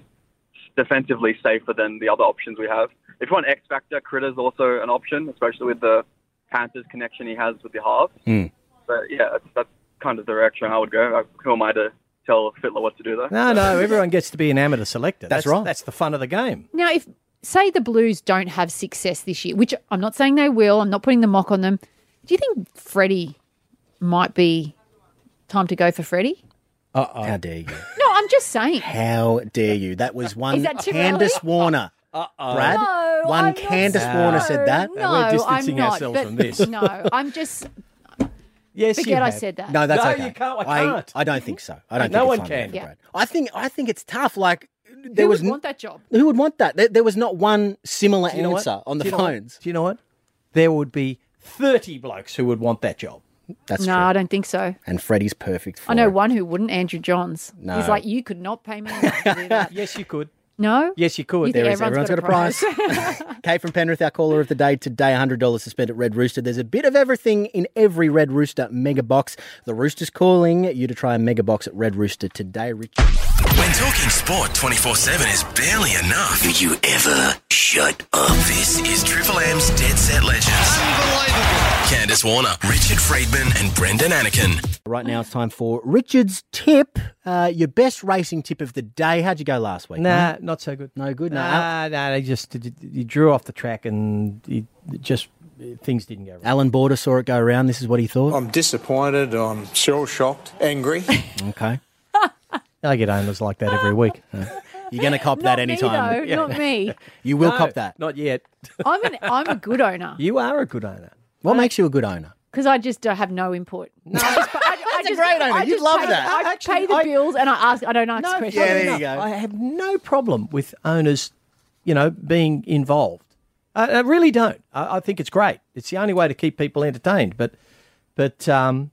Speaker 8: defensively safer than the other options we have. If you want X Factor, Critter's also an option, especially with the Panthers connection he has with the halves.
Speaker 6: Mm.
Speaker 8: But yeah, that's, that's kind of the direction I would go. Who am I to tell Fitler what to do, though?
Speaker 4: No, no. Everyone gets to be an amateur selector.
Speaker 6: That's right.
Speaker 4: That's the fun of the game.
Speaker 7: Now, if say the Blues don't have success this year, which I'm not saying they will, I'm not putting the mock on them. Do you think Freddie might be time to go for Freddie?
Speaker 4: Uh,
Speaker 6: how dare you?
Speaker 7: No, I'm just saying.
Speaker 6: How dare you? That was one
Speaker 7: that too
Speaker 6: Candace
Speaker 7: early?
Speaker 6: Warner.
Speaker 4: Uh,
Speaker 6: Brad,
Speaker 7: No,
Speaker 6: one
Speaker 7: I'm not
Speaker 6: Candace
Speaker 7: saying-
Speaker 6: Warner said that.
Speaker 7: No,
Speaker 4: we're distancing
Speaker 7: I'm not,
Speaker 4: ourselves
Speaker 7: but
Speaker 4: from this.
Speaker 7: No, I'm just
Speaker 4: Yes, you
Speaker 7: forget I
Speaker 4: have.
Speaker 7: said that.
Speaker 6: No, that's
Speaker 4: No,
Speaker 6: okay.
Speaker 4: you can't- I
Speaker 6: I
Speaker 4: can't.
Speaker 6: I don't think so. I don't.
Speaker 4: No
Speaker 6: think
Speaker 4: one
Speaker 6: it's unfair
Speaker 4: can.
Speaker 6: for
Speaker 7: Yeah.
Speaker 6: Brad. I think. I think it's tough. Like there
Speaker 7: Who
Speaker 6: was.
Speaker 7: would
Speaker 6: n-
Speaker 7: want that job?
Speaker 6: Who would want that? There, there was not one similar
Speaker 4: You know what?
Speaker 6: answer on the
Speaker 4: Do you know what?
Speaker 6: phones.
Speaker 4: Do you know what? There would be thirty blokes who would want that job.
Speaker 6: That's
Speaker 7: No,
Speaker 6: true.
Speaker 7: I don't think so.
Speaker 6: And Freddie's perfect. For
Speaker 7: I know
Speaker 6: it.
Speaker 7: one who wouldn't, Andrew Johns.
Speaker 6: No.
Speaker 7: He's like, you could not pay me enough to do that.
Speaker 4: Yes, you could.
Speaker 7: No?
Speaker 4: Yes, you could.
Speaker 7: You
Speaker 6: There
Speaker 7: think
Speaker 6: is.
Speaker 7: Everyone's
Speaker 6: Everyone's got,
Speaker 7: got a
Speaker 6: a prize. Kate from Penrith, our caller of the day today, $100 to spend at Red Rooster. There's a bit of everything in every Red Rooster mega box. The Rooster's calling you to try a mega box at Red Rooster today, Rich.
Speaker 2: When talking sport 24 7 is barely enough. Do you ever shut up? This is Triple M's Dead Set Legends. Unbelievable. Candace Warner, Richard Friedman, and Brendan Anakin.
Speaker 6: Right now it's time for Richard's tip, uh, your best racing tip of the day. How'd you go last week? mate?
Speaker 4: Nah, not so good.
Speaker 6: No good, no.
Speaker 4: Nah, nah. They just you drew off the track and you just things didn't go right.
Speaker 6: Alan Border saw it go around. This is what he thought.
Speaker 9: I'm disappointed. I'm shell shocked, angry.
Speaker 4: Oh.
Speaker 6: Okay.
Speaker 4: I get owners like that every week.
Speaker 6: You're going to cop that
Speaker 7: Not me,
Speaker 6: anytime.
Speaker 7: though. Not me.
Speaker 6: You will
Speaker 4: No,
Speaker 6: cop that.
Speaker 4: Not yet.
Speaker 7: I'm, an, I'm a good owner
Speaker 4: You are a good owner.
Speaker 6: What makes you a good owner?
Speaker 7: because I just don't have no input. No. I just, I, I just,
Speaker 6: great owner.
Speaker 7: I
Speaker 6: You'd
Speaker 7: just
Speaker 6: love
Speaker 7: pay,
Speaker 6: that.
Speaker 7: I
Speaker 4: Actually,
Speaker 7: pay the
Speaker 4: I-
Speaker 7: bills and I ask. I don't ask questions.
Speaker 6: yeah, there you
Speaker 4: enough.
Speaker 6: go.
Speaker 4: I have no problem with owners, you know, being involved. I, I really don't. I, I think it's great. It's the only way to keep people entertained. But, but um,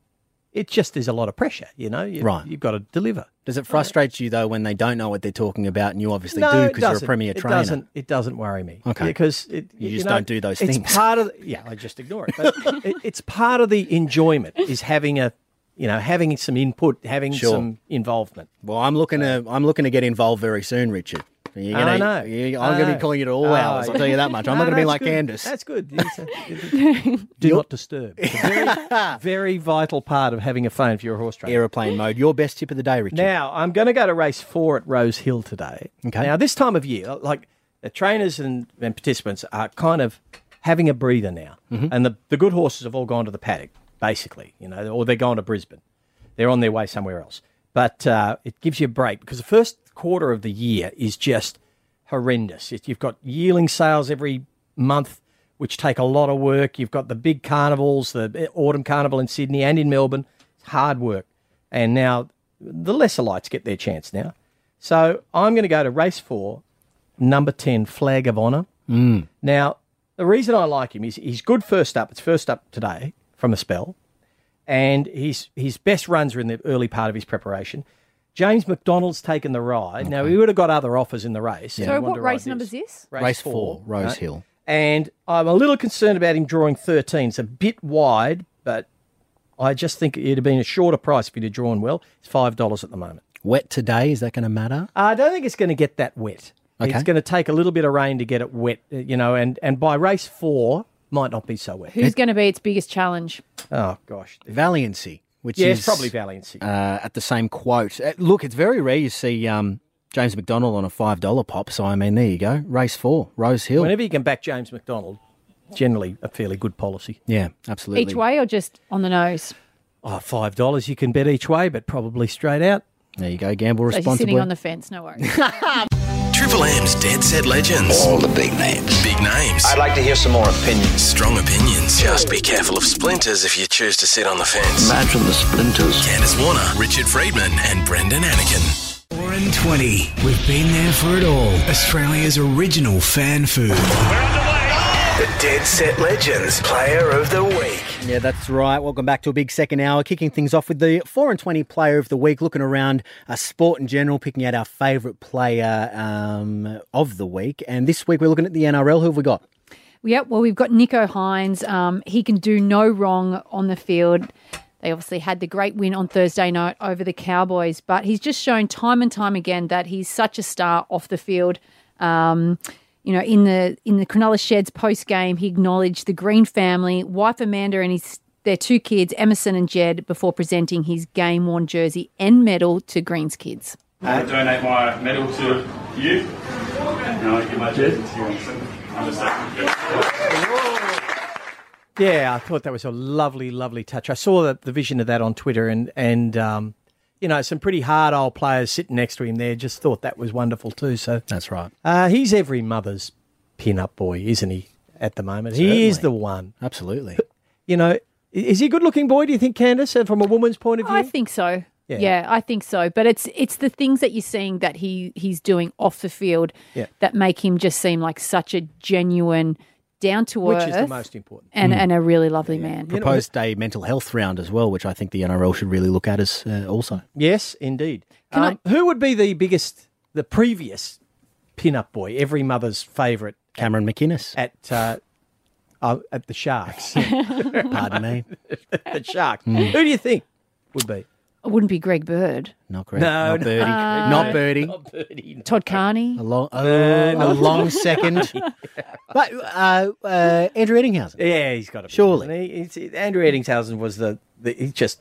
Speaker 4: it just is a lot of pressure. You know, you,
Speaker 6: Right.
Speaker 4: You've got to deliver.
Speaker 6: Does it frustrate you though when they don't know what they're talking about, and you obviously
Speaker 4: no,
Speaker 6: do
Speaker 4: it
Speaker 6: because you're a
Speaker 4: doesn't.
Speaker 6: premier
Speaker 4: it
Speaker 6: trainer?
Speaker 4: Doesn't, it doesn't worry me.
Speaker 6: Okay.
Speaker 4: Because it,
Speaker 6: You
Speaker 4: y-
Speaker 6: just
Speaker 4: know,
Speaker 6: don't do those
Speaker 4: it's
Speaker 6: things.
Speaker 4: part of the, yeah, I just ignore it. But it, it's part of the enjoyment is having a, you know, having some input, having
Speaker 6: Sure.
Speaker 4: some involvement.
Speaker 6: Well, I'm looking to I'm looking to get involved very soon, Richard. You're
Speaker 4: I
Speaker 6: gonna,
Speaker 4: know.
Speaker 6: you-
Speaker 4: I
Speaker 6: I'm going to
Speaker 4: know.
Speaker 6: be calling you at all
Speaker 4: Oh,
Speaker 6: hours. I'll tell you that much. I'm
Speaker 4: No,
Speaker 6: not going to be
Speaker 4: that's
Speaker 6: like
Speaker 4: good.
Speaker 6: Candace.
Speaker 4: That's good. Do not disturb. It's a very, very vital part of having a phone for your horse trainer.
Speaker 6: Aeroplane mode. Your best tip of the day, Richard.
Speaker 4: Now, I'm going to go to race four at Rose Hill today.
Speaker 6: Okay.
Speaker 4: Now, this time of year, like the trainers and, and participants are kind of having a breather now. And the, the good horses have all gone to the paddock, basically, you know, or they're going to Brisbane. They're on their way somewhere else. But uh, it gives you a break because the first quarter of the year is just horrendous. It, you've got yearling sales every month, which take a lot of work. You've got the big carnivals, the eh, autumn carnival in Sydney and in Melbourne. It's hard work. And now the lesser lights get their chance now. So I'm going to go to race four, number 10, Flag of Honour.
Speaker 6: Mm.
Speaker 4: Now, the reason I like him is he's good first up. It's first up today from a spell. And his, his best runs are in the early part of his preparation. James McDonald's taken the ride. Now, he would have got other offers in the race.
Speaker 7: Sorry, what race number is this?
Speaker 6: Race four, Rose
Speaker 4: right?
Speaker 6: Hill.
Speaker 4: And I'm a little concerned about him drawing 13. It's a bit wide, but I just think it'd have been a shorter price if he'd have drawn well. It's $5 at the moment.
Speaker 6: Wet today. Is that going to matter?
Speaker 4: I don't think it's going to get that wet.
Speaker 6: Okay.
Speaker 4: It's going to take a little bit of rain to get it wet, uh, you know, and, and by race four, might not be so wet.
Speaker 7: Who's going to be its biggest challenge?
Speaker 4: Oh, gosh.
Speaker 6: Valiancy, which
Speaker 4: Yeah,
Speaker 6: is
Speaker 4: it's probably Valiancy.
Speaker 6: uh, at the same quote. Uh, look, it's very rare you see um, James McDonald on a five dollar pop. So I mean, there you go. Race four, Rose Hill.
Speaker 4: Whenever you can back James McDonald, generally a fairly good policy.
Speaker 6: yeah, absolutely.
Speaker 7: Each way or just on the nose?
Speaker 4: Oh, $5 you can bet each way, but probably straight out.
Speaker 6: There you go.
Speaker 7: So
Speaker 6: Gamble
Speaker 7: you're sitting
Speaker 6: responsibly.
Speaker 7: on the fence, no worries.
Speaker 2: Triple M's Dead Set Legends. All the big names. Big names.
Speaker 5: I'd like to hear some more opinions.
Speaker 2: Strong opinions. Just be careful of splinters if you choose to sit on the fence.
Speaker 5: Imagine the splinters.
Speaker 2: Candace Warner, Richard Friedman, and Brendan Anakin.
Speaker 10: 4 and 20. We've been there for it all. Australia's original fan food.
Speaker 2: The Dead Set Legends Player of the Week.
Speaker 6: Yeah, that's right. Welcome back to a big second hour. Kicking things off with the 4 and 20 player of the week, looking around uh, sport in general, picking out our favourite player um, of the week. And this week we're looking at the NRL. Who have we got?
Speaker 7: Yep. Well, we've got Nico Hines. Um, he can do no wrong on the field. They obviously had the great win on Thursday night over the Cowboys, but he's just shown time and time again that he's such a star off the field. Um, you know, in the in the Cronulla Sheds post game, he acknowledged the Green family, wife Amanda, and his their two kids, Emerson and Jed, before presenting his game worn jersey and medal to Green's kids.
Speaker 11: I donate my medal to you. And I give my jersey to you. I'm just
Speaker 4: Yeah, I thought that was a lovely, lovely touch. I saw the, the vision of that on Twitter, and and um, you know some pretty hard old players sitting next to him there. Just thought that was wonderful too. So
Speaker 6: That's right.
Speaker 4: uh, he's every mother's pin-up boy, isn't he? At the moment, he is the one.
Speaker 6: Absolutely.
Speaker 4: You know, i- is he a good-looking boy? Do you think, Candace, uh, from a woman's point of view?
Speaker 7: I think so.
Speaker 4: Yeah.
Speaker 7: Yeah. I think so. But it's it's the things that you're seeing that he he's doing off the field
Speaker 4: Yeah.
Speaker 7: that make him just seem like such a genuine, down to
Speaker 4: which
Speaker 7: earth,
Speaker 4: is the most Mm. important.
Speaker 7: and and a really lovely man.
Speaker 6: Proposed a mental health round as well, which I think the NRL should really look at as uh, also.
Speaker 4: Yes, indeed.
Speaker 7: Can
Speaker 4: Um, Who would be the biggest, the previous pin-up boy? Every mother's favourite
Speaker 6: Cameron McInnes,
Speaker 4: at uh, uh, at the Sharks.
Speaker 6: pardon me.
Speaker 4: the Sharks. Who do you think would be?
Speaker 7: It wouldn't be Greg Bird,
Speaker 6: Not great.
Speaker 4: No,
Speaker 6: not
Speaker 4: no.
Speaker 6: Birdie. not Birdie.
Speaker 7: Todd Carney.
Speaker 6: A long, oh, a long second. But uh, uh, Andrew Eddinghausen.
Speaker 4: Yeah, he's got to be.
Speaker 6: Surely.
Speaker 4: isn't he? It's- it- Andrew Eddingshausen was the, the he's just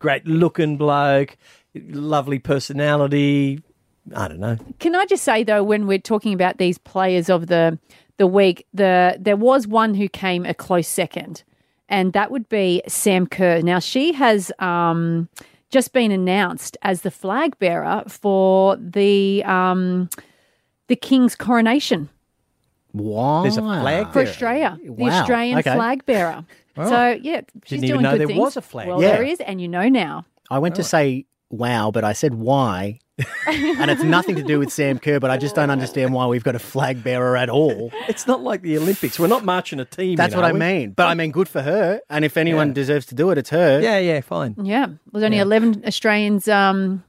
Speaker 4: great looking bloke, lovely personality. I don't know.
Speaker 7: Can I just say though, when we're talking about these players of the the week, the there was one who came a close second, and that would be Sam Kerr. Now she has um, just been announced as the flag bearer for the um, the King's coronation
Speaker 6: Why?
Speaker 4: There's a flag
Speaker 7: for
Speaker 4: Bearer.
Speaker 7: Australia, the
Speaker 6: Wow.
Speaker 7: Australian
Speaker 6: Okay.
Speaker 7: flag bearer. So yeah, she's
Speaker 4: Didn't even
Speaker 7: doing
Speaker 4: know
Speaker 7: good
Speaker 4: there
Speaker 7: things.
Speaker 4: was a flag
Speaker 7: Well,
Speaker 6: bearer.
Speaker 7: there is, and you know now.
Speaker 6: I
Speaker 4: Oh.
Speaker 6: went to say wow, but I said why. and it's nothing to do with Sam Kerr, but I just don't understand why we've got a flag bearer at all.
Speaker 4: It's not like the Olympics. We're not marching a team.
Speaker 6: That's
Speaker 4: in,
Speaker 6: what
Speaker 4: are
Speaker 6: I
Speaker 4: we?
Speaker 6: mean. But I mean, good for her. And if anyone deserves to do it, it's her.
Speaker 4: Yeah, yeah, fine.
Speaker 7: Yeah, there's only eleven Australians um,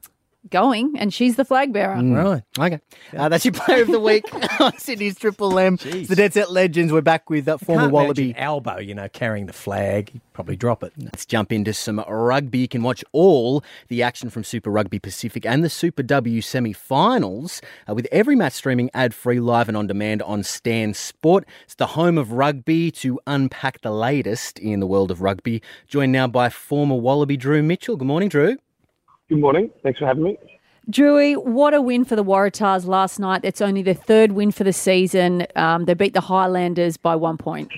Speaker 7: going, and she's the flag bearer.
Speaker 6: Right. Hmm. Okay. Uh, that's your player of the week on Sydney's Triple M. It's the Dead Set Legends. We're back with uh, former
Speaker 4: Can't
Speaker 6: Wallaby.
Speaker 4: imagine Albo, you know, carrying the flag. He'd probably drop it.
Speaker 6: Let's jump into some rugby. You can watch all the action from Super Rugby Pacific and the Super W semi finals uh, with every match streaming ad free, live, and on demand on Stan Sport. It's the home of rugby to unpack the latest in the world of rugby. Joined now by former Wallaby Drew Mitchell. Good morning, Drew.
Speaker 12: Good morning. Thanks for having me.
Speaker 7: Drewy, what a win for the Waratahs last night. It's only their third win for the season. Um, they beat the Highlanders by one point.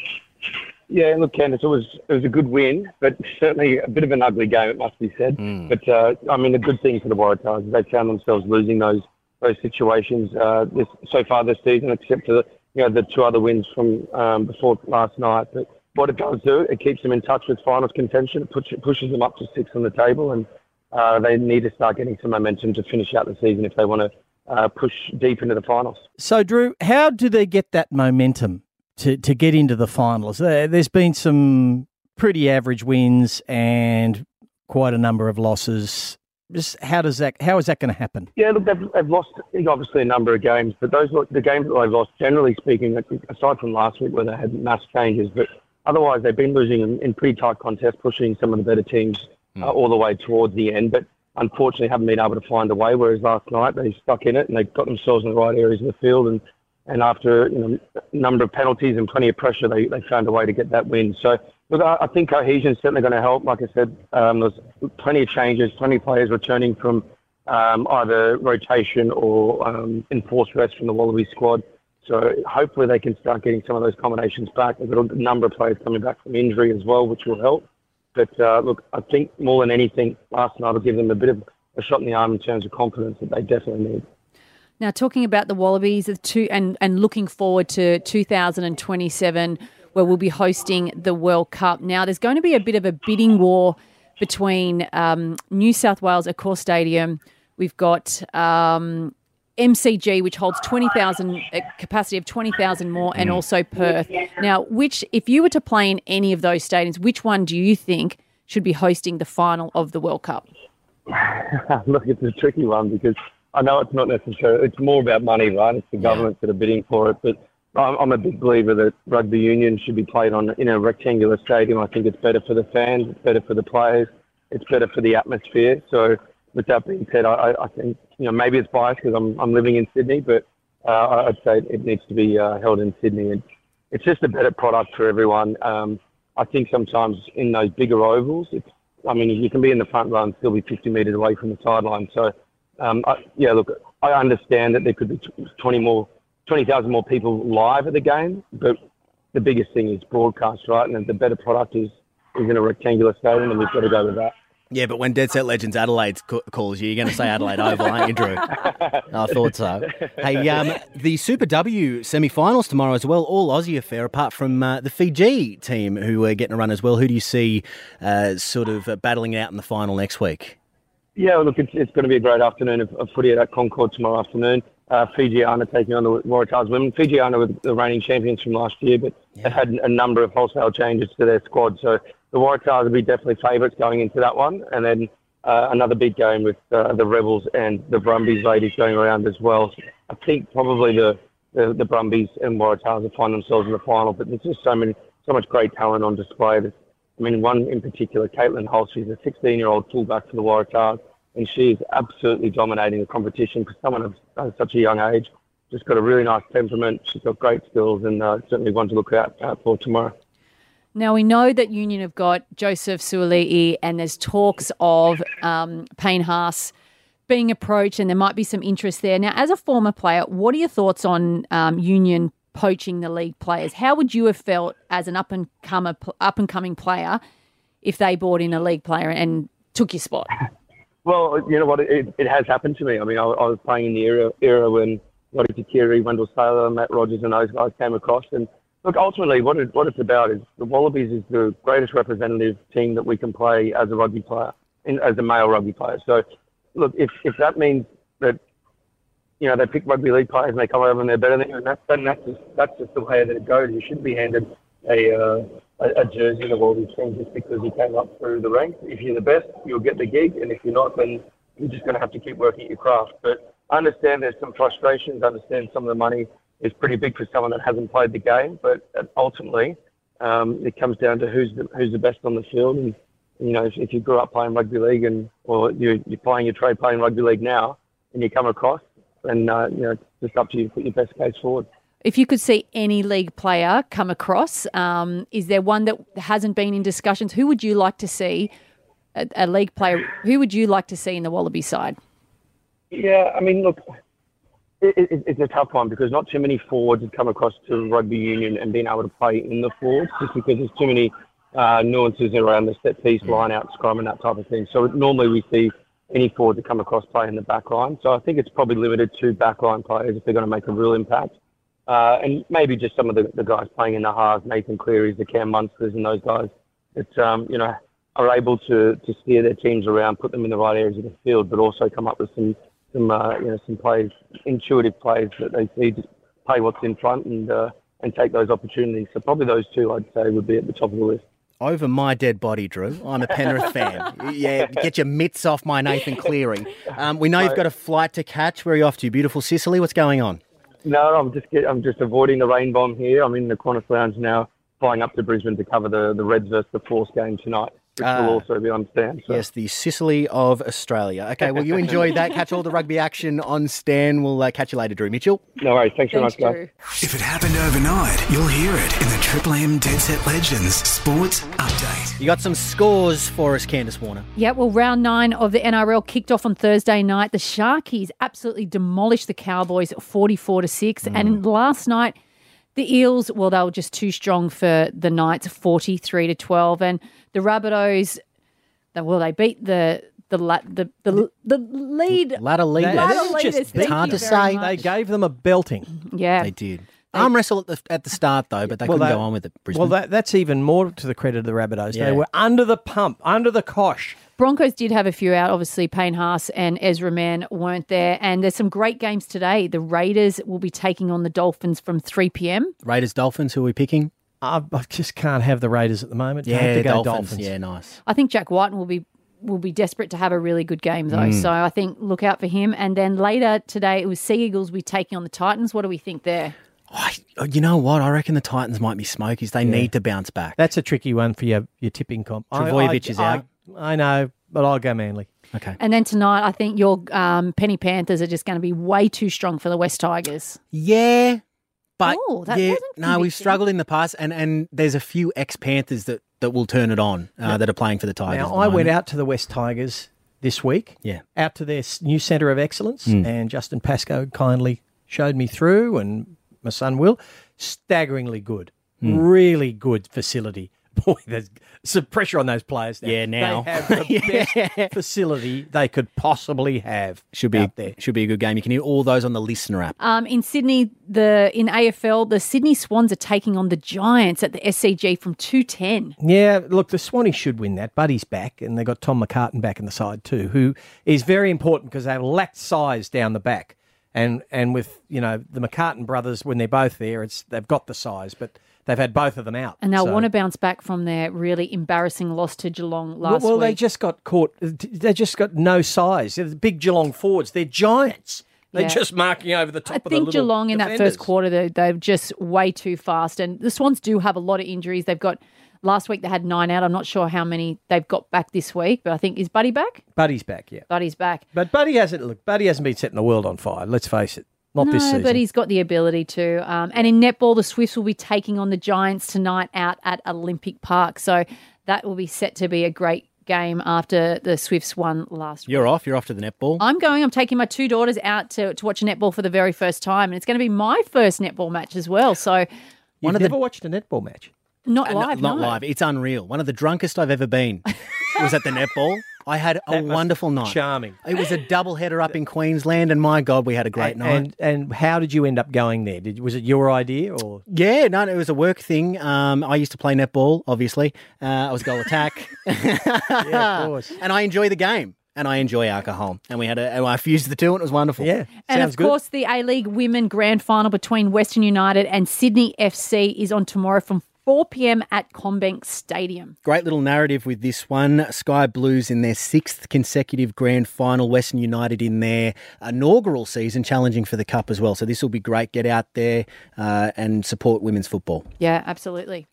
Speaker 12: Yeah, look, Candice, it was it was a good win, but certainly a bit of an ugly game, it must be said. But uh, I mean, a good thing for the Waratahs is they found themselves losing those those situations uh, this, so far this season, except for the, you know the two other wins from um, before last night. But what it does do, it keeps them in touch with finals contention. It push, pushes them up to six on the table, and uh, they need to start getting some momentum to finish out the season if they want to uh, push deep into the finals.
Speaker 4: So, Drew, how do they get that momentum to, to get into the finals? There, there's been some pretty average wins and quite a number of losses. Just how does that? How is that going to happen?
Speaker 12: Yeah, look, they've, they've lost you know, obviously a number of games, but those the games that they've lost, generally speaking, aside from last week where they had mass changes, but otherwise they've been losing in, in pretty tight contests, pushing some of the better teams uh, all the way towards the end, but unfortunately haven't been able to find a way. Whereas last night they stuck in it and they got themselves in the right areas of the field, and and after you know a number of penalties and plenty of pressure, they, they found a way to get that win. So look, I, I think cohesion's certainly going to help. Like I said, um, there's plenty of changes, plenty of players returning from um, either rotation or um, enforced rest from the Wallaby squad. So hopefully they can start getting some of those combinations back. They've got a number of players coming back from injury as well, which will help. But uh, look, I think more than anything, last night will give them a bit of a shot in the arm in terms of confidence that they definitely need.
Speaker 7: Now, talking about the Wallabies the two, and, and looking forward to 2027, where we'll be hosting the World Cup. Now, there's going to be a bit of a bidding war between um, New South Wales at Core Stadium. We've got um, MCG, which holds 20,000, a capacity of 20,000 more, and also Perth. Now, which, if you were to play in any of those stadiums, which one do you think should be hosting the final of the World Cup?
Speaker 12: Look, it's a tricky one because I know it's not necessarily, it's more about money, right? It's the governments that are bidding for it. But I'm, I'm a big believer that rugby union should be played on in a rectangular stadium. I think it's better for the fans, it's better for the players, it's better for the atmosphere. So, with that being said, I, I- I think, you know, maybe it's biased because I'm, I'm living in Sydney, but uh, I- I'd say it needs to be uh, held in Sydney. And it's just a better product for everyone. Um, I think sometimes in those bigger ovals, it's, I mean, you can be in the front row and still be 50 metres away from the sideline. So, um, I, yeah, look, I understand that there could be tw- 20 more, 20,000 more people live at the game, but the biggest thing is broadcast, right? And the better product is, is in a rectangular stadium, and we've got to go with that.
Speaker 6: Yeah, but when Dead Set Legends Adelaide ca- calls you, you're going to say Adelaide Oval, aren't you, Drew? I thought so. Hey, um, the Super W semi-finals tomorrow as well. All Aussie affair, apart from uh, the Fiji team who are getting a run as well. Who do you see uh, sort of uh, battling it out in the final next week?
Speaker 12: Yeah, well, look, it's, it's going to be a great afternoon of, of footy at Concord tomorrow afternoon. Uh, Fiji are taking on the Waratahs women. Fiji are the, the reigning champions from last year, but they've had a number of wholesale changes to their squad. So the Waratahs will be definitely favourites going into that one. And then uh, another big game with uh, the Rebels and the Brumbies ladies going around as well. I think probably the, the, the Brumbies and Waratahs will find themselves in the final, but there's just so, many, so much great talent on display. There's I mean, one in particular, Caitlin Hulse, she's a 16 year old fullback for the Waratahs, and she is absolutely dominating the competition for someone of uh, such a young age. Just got a really nice temperament, she's got great skills, and uh, certainly one to look out, out for tomorrow.
Speaker 7: Now we know that Union have got Joseph Suoli'i, and there's talks of um, Payne Haas being approached, and there might be some interest there. Now, as a former player, what are your thoughts on um, Union poaching the league players? How would you have felt as an up and comer, up and coming player, if they brought in a league player and took your spot?
Speaker 12: Well, you know what? It, it has happened to me. I mean, I, I was playing in the era, era when Roddy Takiri, Wendell Saylor, Matt Rogers, and those guys came across. And look, ultimately, what, it, what it's about is the Wallabies is the greatest representative team that we can play as a rugby player, in, as a male rugby player. So, look, if, if that means that you know, they pick rugby league players and they come over and they're better than you, and that's then that's just that's just the way that it goes. You shouldn't be handed a uh, a, a jersey in the world team just because you came up through the ranks. If you're the best, you'll get the gig, and if you're not, then you're just going to have to keep working at your craft. But I understand there's some frustrations. I understand some of the money is pretty big for someone that hasn't played the game. But ultimately, um, it comes down to who's the, who's the best on the field. And you know, if, if you grew up playing rugby league and or you're, you're playing your trade playing rugby league now, and you come across, and uh, you know, it's just up to you to put your best case forward.
Speaker 7: If you could see any league player come across, um, is there one that hasn't been in discussions? Who would you like to see? A, a league player. Who would you like to see in the Wallaby side?
Speaker 12: Yeah, I mean, look, it, it, it's a tough one because not too many forwards have come across to rugby union and been able to play in the forwards just because there's too many uh, nuances around the set piece, line out, scrum, and that type of thing. So normally we see any forward that come across play in the back line. So I think it's probably limited to back line players if they're going to make a real impact. Uh, and maybe just some of the, the guys playing in the halves, Nathan Cleary's, the Cam Munsters, and those guys that um, you know are able to, to steer their teams around, put them in the right areas of the field, but also come up with some some uh, you know some plays, intuitive plays that they see just play what's in front and uh, and take those opportunities. So probably those two I'd say would be at the top of the list.
Speaker 6: Over my dead body, Drew. I'm a Penrith fan. Yeah, get your mitts off my Nathan Cleary. Um, we know you've got a flight to catch. Where are you off to? Beautiful Sicily. What's going on?
Speaker 12: No, I'm just get, I'm just avoiding the rain bomb here. I'm in the Qantas Lounge now, flying up to Brisbane to cover the the Reds versus the Force game tonight which
Speaker 6: Ah.
Speaker 12: will also be on Stan. So.
Speaker 6: Yes, the Sicily of Australia. Okay, well, you enjoy that. Catch all the rugby action on Stan. We'll uh, catch you later, Drew Mitchell.
Speaker 12: No worries. Thanks
Speaker 6: very Thanks, much, guys. Drew.
Speaker 2: If it happened overnight, you'll hear it in the Triple M Dead Set Legends Sports Update.
Speaker 6: You got some scores for us, Candace Warner.
Speaker 7: Yeah, well, round nine of the NRL kicked off on Thursday night. The Sharkies absolutely demolished the Cowboys 44 to 6. And last night, the Eels, well, they were just too strong for the Knights 43 to 12. And the Rabbitohs, they- well, they beat the the la- the the, the lead
Speaker 6: Ladder leaders.
Speaker 7: Ladder leaders, thank
Speaker 6: it's hard
Speaker 7: you
Speaker 6: to
Speaker 7: very
Speaker 6: say.
Speaker 7: much.
Speaker 4: They gave them a belting.
Speaker 7: Yeah.
Speaker 6: They did. Arm wrestle at the, at the start, though, but they couldn't go on with it, Brisbane.
Speaker 4: Well, that, that's even more to the credit of the Rabbitohs.
Speaker 6: Yeah.
Speaker 4: They were under the pump, under the cosh.
Speaker 7: Broncos did have a few out. Obviously, Payne Haas and Ezra Mann weren't there. And there's some great games today. The Raiders will be taking on the Dolphins from 3 p.m.
Speaker 6: Raiders, Dolphins, who are we picking?
Speaker 4: I, I just can't have the Raiders at the moment. I have
Speaker 6: Yeah,
Speaker 4: to go
Speaker 6: Dolphins. Yeah, nice.
Speaker 7: I think Jack Whiten will be will be desperate to have a really good game though.
Speaker 6: Mm.
Speaker 7: So I think look out for him. And then later today it was Sea Eagles will be taking on the Titans. What do we think there?
Speaker 6: Oh, you know what? I reckon the Titans might be smokies. They need to bounce back.
Speaker 4: That's a tricky one for your, your tipping comp. I-
Speaker 6: Travojevic
Speaker 4: I-
Speaker 6: is
Speaker 4: I-
Speaker 6: out.
Speaker 4: I, know, but I'll go Manly.
Speaker 6: Okay.
Speaker 7: And then tonight I think your um, Penny Panthers are just going to be way too strong for the West Tigers.
Speaker 6: Yeah. But
Speaker 7: Oh, that
Speaker 6: yeah,
Speaker 7: wasn't
Speaker 6: no, we've struggled in the past, and, and there's a few ex Panthers that, that will turn it on uh, that are playing for the Tigers.
Speaker 4: Now, I went out to the West Tigers this week,
Speaker 6: Yeah.
Speaker 4: out to their s- new centre of excellence,
Speaker 6: Mm.
Speaker 4: and Justin Pascoe kindly showed me through, and my son will. Staggeringly good,
Speaker 6: Mm.
Speaker 4: really good facility. Boy, there's some pressure on those players now.
Speaker 6: Yeah, now.
Speaker 4: They have the best facility they could possibly have.
Speaker 6: Should be should be a good game. You can hear all those on the listener app.
Speaker 7: Um, in Sydney, the in AFL, the Sydney Swans are taking on the Giants at the SCG from two ten.
Speaker 4: Yeah, look, the Swannies should win that. Buddy's back, and they've got Tom McCartan back in the side too, who is very important because they've lacked size down the back. And and with you know the McCartan brothers, when they're both there, it's they've got the size, but they've had both of them out,
Speaker 7: And they'll
Speaker 4: So-
Speaker 7: want to bounce back from their really embarrassing loss to Geelong
Speaker 4: Well-
Speaker 7: last
Speaker 4: well,
Speaker 7: week.
Speaker 4: they just got caught. They just got no size. They're the big Geelong forwards. They're giants. They're
Speaker 7: Yeah.
Speaker 4: just marking over the top.
Speaker 7: I
Speaker 4: of the
Speaker 7: think
Speaker 4: little
Speaker 7: Geelong in that
Speaker 4: defenders.
Speaker 7: first quarter, they, they're just way too fast. And the Swans do have a lot of injuries. They've got last week they had nine out. I'm not sure how many they've got back this week, but I think is Buddy back?
Speaker 4: Buddy's back, yeah.
Speaker 7: Buddy's back.
Speaker 4: But Buddy hasn't look. Buddy hasn't been setting the world on fire. Let's face it, not
Speaker 7: no,
Speaker 4: this season.
Speaker 7: but he's got the ability to. Um, and in netball, the Swifts will be taking on the Giants tonight out at Olympic Park. So that will be set to be a great game after the Swifts won last
Speaker 6: You're off. You're off to the netball.
Speaker 7: I'm going. I'm taking my two daughters out to, to watch netball for the very first time, and it's going to be my first netball match as well. So,
Speaker 4: One of never watched a netball match.
Speaker 7: not
Speaker 6: Uh, no,
Speaker 7: live,
Speaker 6: not
Speaker 7: no.
Speaker 6: live. It's unreal. One of the drunkest I've ever been was at the netball. I had a wonderful night.
Speaker 4: Charming.
Speaker 6: It was a double header up in Queensland, and my God, we had a great night.
Speaker 4: And and how did you end up going there? Did was it your idea or
Speaker 6: yeah, no, no, it was a work thing. Um, I used to play netball, obviously. Uh, I was goal attack.
Speaker 13: Ah.
Speaker 4: yeah, of course.
Speaker 6: and I enjoy the game, and I enjoy alcohol. And we had a, and I fused the two, and it was wonderful.
Speaker 4: Yeah,
Speaker 7: And of course, the A League Women Grand Final between Western United and Sydney FC is on tomorrow from 4 p.m. at Combank Stadium.
Speaker 6: Great little narrative with this one. Sky Blues in their sixth consecutive grand final, Western United in their inaugural season, challenging for the cup as well. So this will be great. Get out there uh, and support women's football.
Speaker 7: Yeah, absolutely.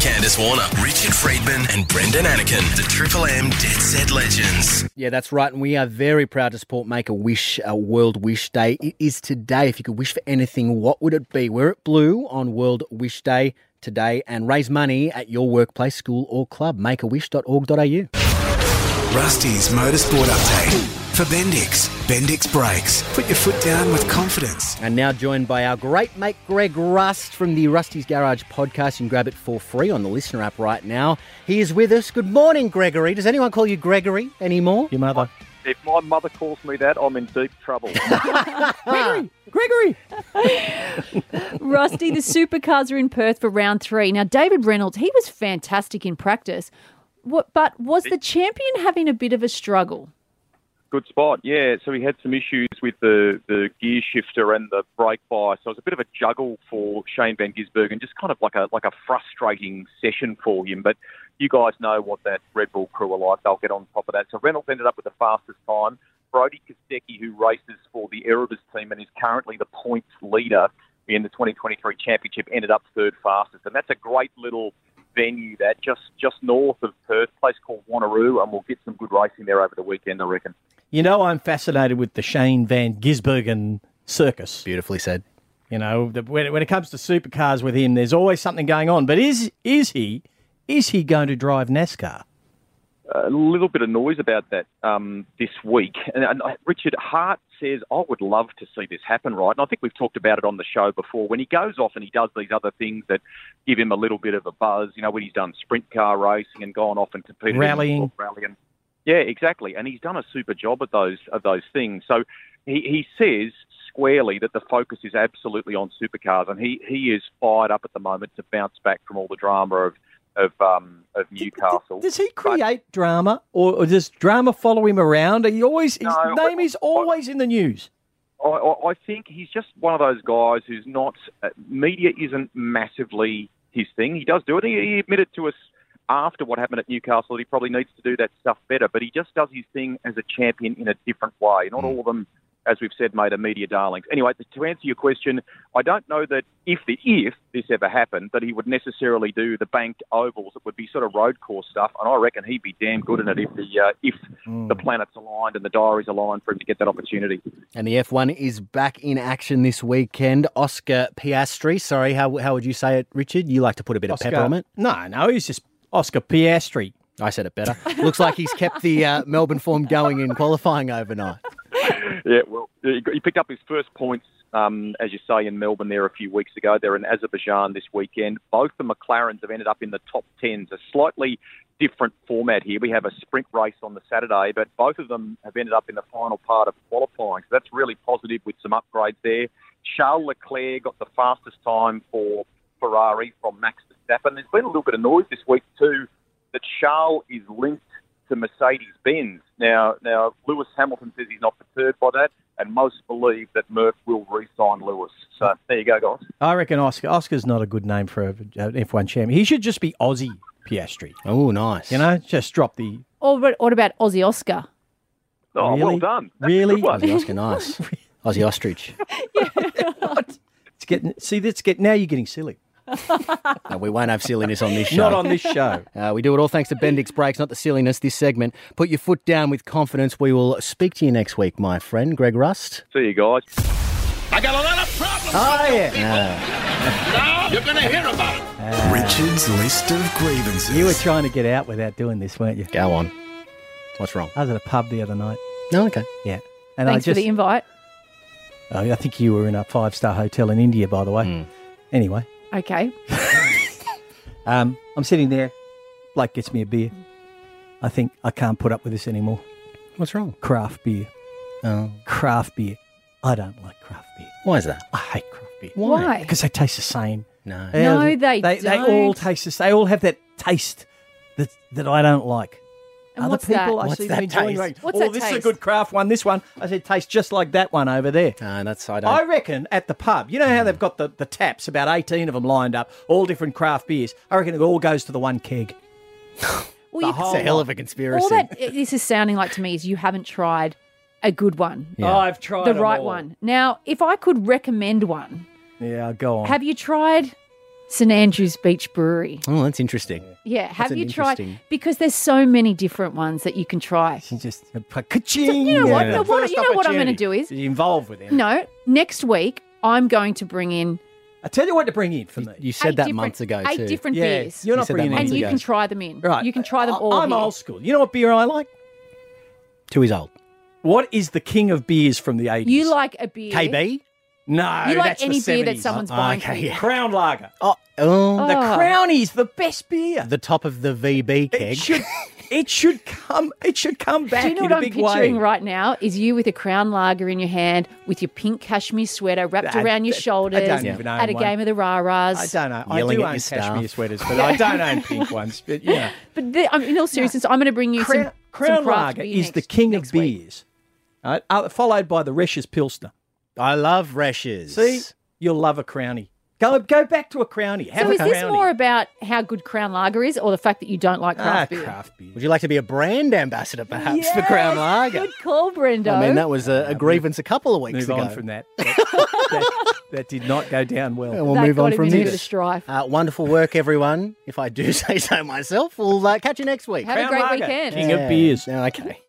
Speaker 2: Candace Warner, Richard Friedman, and Brendan Anakin, the Triple M Dead Set Legends.
Speaker 6: Yeah, that's right. And we are very proud to support Make a Wish, a World Wish Day. It is today. If you could wish for anything, what would it be? We're at Blue on World Wish Day today and raise money at your workplace, school, or club. Makeawish.org.au.
Speaker 2: Rusty's Motorsport Update. For Bendix, Bendix Brakes. Put your foot down with confidence.
Speaker 6: And now joined by our great mate Greg Rust from the Rusty's Garage podcast. You can grab it for free on the listener app right now. He is with us. Good morning, Gregory. Does anyone call you Gregory anymore?
Speaker 4: Your mother.
Speaker 13: If my mother calls me that, I'm in deep trouble.
Speaker 6: Gregory! Gregory!
Speaker 7: Rusty, the supercars are in Perth for round three. Now, David Reynolds, he was fantastic in practice, what, but was the champion having a bit of a struggle?
Speaker 13: Good spot, yeah. So he had some issues with the, the gear shifter and the brake by. So it was a bit of a juggle for Shane Van Gisbergen, just kind of like a like a frustrating session for him. But you guys know what that Red Bull crew are like. They'll get on top of that. So Reynolds ended up with the fastest time. Brody Kostecki, who races for the Erebus team and is currently the points leader in the 2023 championship, ended up third fastest. And that's a great little venue that just just north of Perth, place called Wanneroo, and we'll get some good racing there over the weekend, I reckon.
Speaker 4: You know, I'm fascinated with the Shane Van Gisbergen circus.
Speaker 6: Beautifully said.
Speaker 4: You know, the, when, it- when it comes to supercars with him, there's always something going on. But is is he is he going to drive NASCAR?
Speaker 13: a little bit of noise about that um, this week. And, and uh, Richard Hart says, I would love to see this happen, right? And I think we've talked about it on the show before. When he goes off and he does these other things that give him a little bit of a buzz, you know, when he's done sprint car racing and gone off and competed in-
Speaker 4: Rallying.
Speaker 13: rallying. Yeah, exactly. And he's done a super job at those of those things. So he, he says squarely that the focus is absolutely on supercars, and he, he is fired up at the moment to bounce back from all the drama of of um, of Newcastle.
Speaker 4: Does he create drama, or, or does drama follow him around? He always his
Speaker 13: No,
Speaker 4: name is always in the news.
Speaker 13: I, I I think he's just one of those guys who's not uh, media isn't massively his thing. He does do it. He, he admitted to us after what happened at Newcastle that he probably needs to do that stuff better. But he just does his thing as a champion in a different way. Not all of them, as we've said, made are media darlings. Anyway, to answer your question, I don't know that if the if this ever happened that he would necessarily do the banked ovals. It would be sort of road course stuff, and I reckon he'd be damn good in it if the uh, if the planets aligned and the diaries aligned for him to get that opportunity.
Speaker 6: And the F1 is back in action this weekend. Oscar Piastri, sorry, how, how would you say it, Richard? You like to put a bit of pepper on it?
Speaker 4: No, no, he's just Oscar Piastri.
Speaker 6: I said it better. Looks like he's kept the uh, Melbourne form going in qualifying overnight.
Speaker 13: Yeah, well, he got- he picked up his first points, um, as you say, in Melbourne there a few weeks ago. They're in Azerbaijan this weekend. Both the McLarens have ended up in the top tens. A slightly different format here. We have a sprint race on the Saturday, but both of them have ended up in the final part of qualifying. So that's really positive with some upgrades there. Charles Leclerc got the fastest time for Ferrari from Max Verstappen. There's been a little bit of noise this week too that Charles is linked to Mercedes Benz. Now, now Lewis Hamilton says he's not perturbed by that, and most believe that Merck will re-sign Lewis. So there you go, guys.
Speaker 4: I reckon Oscar. Oscar's not a good name for a- an F1 champion. He should just be Aussie Piastri.
Speaker 6: Oh, nice.
Speaker 4: You know, just drop the
Speaker 7: Or what what about Aussie Oscar?
Speaker 13: Oh,
Speaker 4: really?
Speaker 13: well done. That's a
Speaker 4: really?
Speaker 13: good one.
Speaker 6: Aussie Oscar, nice. Aussie Ostrich.
Speaker 4: It's getting see. That's get now. You're getting silly.
Speaker 6: No, we won't have silliness on this show.
Speaker 4: Not on this show.
Speaker 6: Uh, we do it all thanks to Bendix Brakes, not the silliness this segment. Put your foot down with confidence. We will speak to you next week, my friend. Greg Rust.
Speaker 13: See you guys.
Speaker 11: I got a lot of problems.
Speaker 4: Oh, yeah.
Speaker 11: Now you're going to hear about it.
Speaker 2: Richard's list of grievances.
Speaker 4: You were trying to get out without doing this, weren't you?
Speaker 6: Go on. What's wrong?
Speaker 4: I was at a pub the other night.
Speaker 6: No, okay.
Speaker 4: Yeah. And
Speaker 7: Thanks
Speaker 4: I
Speaker 7: for the
Speaker 4: just, oh,
Speaker 7: invite.
Speaker 4: I think you were in a five star hotel in India, by the way.
Speaker 6: Hmm.
Speaker 4: Anyway,
Speaker 7: Okay.
Speaker 4: um, I'm sitting there. Blake gets me a beer. I think I can't put up with this anymore.
Speaker 6: What's wrong?
Speaker 4: Craft beer.
Speaker 6: Oh.
Speaker 4: Craft beer. I don't like craft beer.
Speaker 6: Why is that? Uh,
Speaker 4: I hate craft beer.
Speaker 7: Why?
Speaker 4: Because they taste the same.
Speaker 6: No.
Speaker 7: No, they
Speaker 4: They all
Speaker 7: don't.
Speaker 4: taste. the- They all have that taste that that I don't like.
Speaker 7: And
Speaker 4: Other
Speaker 7: what's that?
Speaker 4: people, I
Speaker 7: What's
Speaker 4: see
Speaker 7: that
Speaker 4: them enjoying.
Speaker 7: taste?
Speaker 4: going,
Speaker 7: What's
Speaker 4: oh,
Speaker 7: that
Speaker 4: this is
Speaker 7: taste?"
Speaker 4: a good craft one. This one, I said, tastes just like that one over there.
Speaker 6: No, that's I don't.
Speaker 4: I reckon at the pub, you know
Speaker 7: Mm.
Speaker 4: how they've got the, the taps, about eighteen of them lined up, all different craft beers. I reckon it all goes to the one keg.
Speaker 7: Well,
Speaker 4: The
Speaker 7: you-
Speaker 4: whole It's a hell lot. of a conspiracy.
Speaker 7: All that this is sounding like to me is you haven't tried a good one.
Speaker 4: Yeah. Oh, I've tried
Speaker 7: the
Speaker 4: them
Speaker 7: right
Speaker 4: all.
Speaker 7: one. Now, if I could recommend one,
Speaker 4: Yeah, go on.
Speaker 7: have you tried St Andrew's Beach Brewery?
Speaker 6: Oh, that's interesting.
Speaker 7: Yeah,
Speaker 6: That's
Speaker 7: have
Speaker 6: an
Speaker 7: you tried?
Speaker 6: interesting-
Speaker 7: Because there's so many different ones that you can try.
Speaker 4: Just uh, ka-ching.
Speaker 7: you know what? No, what- you know what I'm going to do is
Speaker 4: you involved with him.
Speaker 7: no. Next week, I'm going to bring in
Speaker 4: I tell you what to bring in for me.
Speaker 6: You
Speaker 7: eight different- Eight different
Speaker 4: Yeah,
Speaker 7: beers.
Speaker 4: You're not bringing
Speaker 7: and
Speaker 4: in.
Speaker 7: you can try them in.
Speaker 4: Right.
Speaker 7: you can try them
Speaker 4: I-
Speaker 7: all.
Speaker 4: I'm
Speaker 7: here.
Speaker 4: old school. You know what beer I like?
Speaker 6: Two is old.
Speaker 4: What is the king of beers from the 80s?
Speaker 7: You like a beer?
Speaker 4: No,
Speaker 7: You like
Speaker 4: that's the
Speaker 7: any beer that
Speaker 4: 70s.
Speaker 7: someone's buying for you.
Speaker 4: Crown Lager.
Speaker 6: Oh, oh,
Speaker 4: the Crownie's the best beer.
Speaker 6: The top of the VB keg.
Speaker 4: should- it should come. It should come back
Speaker 7: Do you know
Speaker 4: in
Speaker 7: what
Speaker 4: a
Speaker 7: I'm
Speaker 4: big
Speaker 7: picturing
Speaker 4: way.
Speaker 7: right now? Is you with a crown lager in your hand, with your pink cashmere sweater wrapped
Speaker 4: I-
Speaker 7: around your
Speaker 4: I- I
Speaker 7: shoulders,
Speaker 4: don't even own
Speaker 7: at a
Speaker 4: one.
Speaker 7: game of the raras.
Speaker 4: I don't know. I
Speaker 6: Yelling
Speaker 4: do
Speaker 6: at
Speaker 4: own
Speaker 6: your staff.
Speaker 4: cashmere sweaters, but I don't own pink ones. But yeah,
Speaker 7: But the, I mean, in all seriousness, I'm going to bring you some- some,
Speaker 4: Crown
Speaker 7: craft
Speaker 4: Lager
Speaker 7: beer
Speaker 4: is the
Speaker 7: next.
Speaker 4: king of beers, right? Uh, followed by the Resch's Pilsner.
Speaker 6: I love rashes.
Speaker 4: See, you'll love a Crownie. Go go back to a Crownie. Have
Speaker 7: So
Speaker 4: a
Speaker 7: is
Speaker 4: Crownie.
Speaker 7: this more about how good crown lager is, or the fact that you don't like
Speaker 4: ah,
Speaker 7: craft beer?
Speaker 4: craft beer?
Speaker 6: Would you like to be a brand ambassador, perhaps, for
Speaker 7: Yes,
Speaker 6: Crown Lager?
Speaker 7: Good call, Brendo.
Speaker 6: I mean, that was a, a grievance a couple of weeks
Speaker 4: Move
Speaker 6: ago.
Speaker 4: on from that. That, that- that did not go down well.
Speaker 6: And we'll
Speaker 7: That
Speaker 6: move
Speaker 7: got
Speaker 6: on
Speaker 7: him
Speaker 6: from
Speaker 7: into a bit of
Speaker 6: this.
Speaker 7: strife.
Speaker 4: Ah,
Speaker 6: Uh, wonderful work, everyone. If I do say so myself, we'll uh, catch you next week.
Speaker 7: Have a
Speaker 4: Crown
Speaker 7: great
Speaker 4: Lager,
Speaker 7: weekend.
Speaker 4: King of beers.
Speaker 6: Yeah, okay.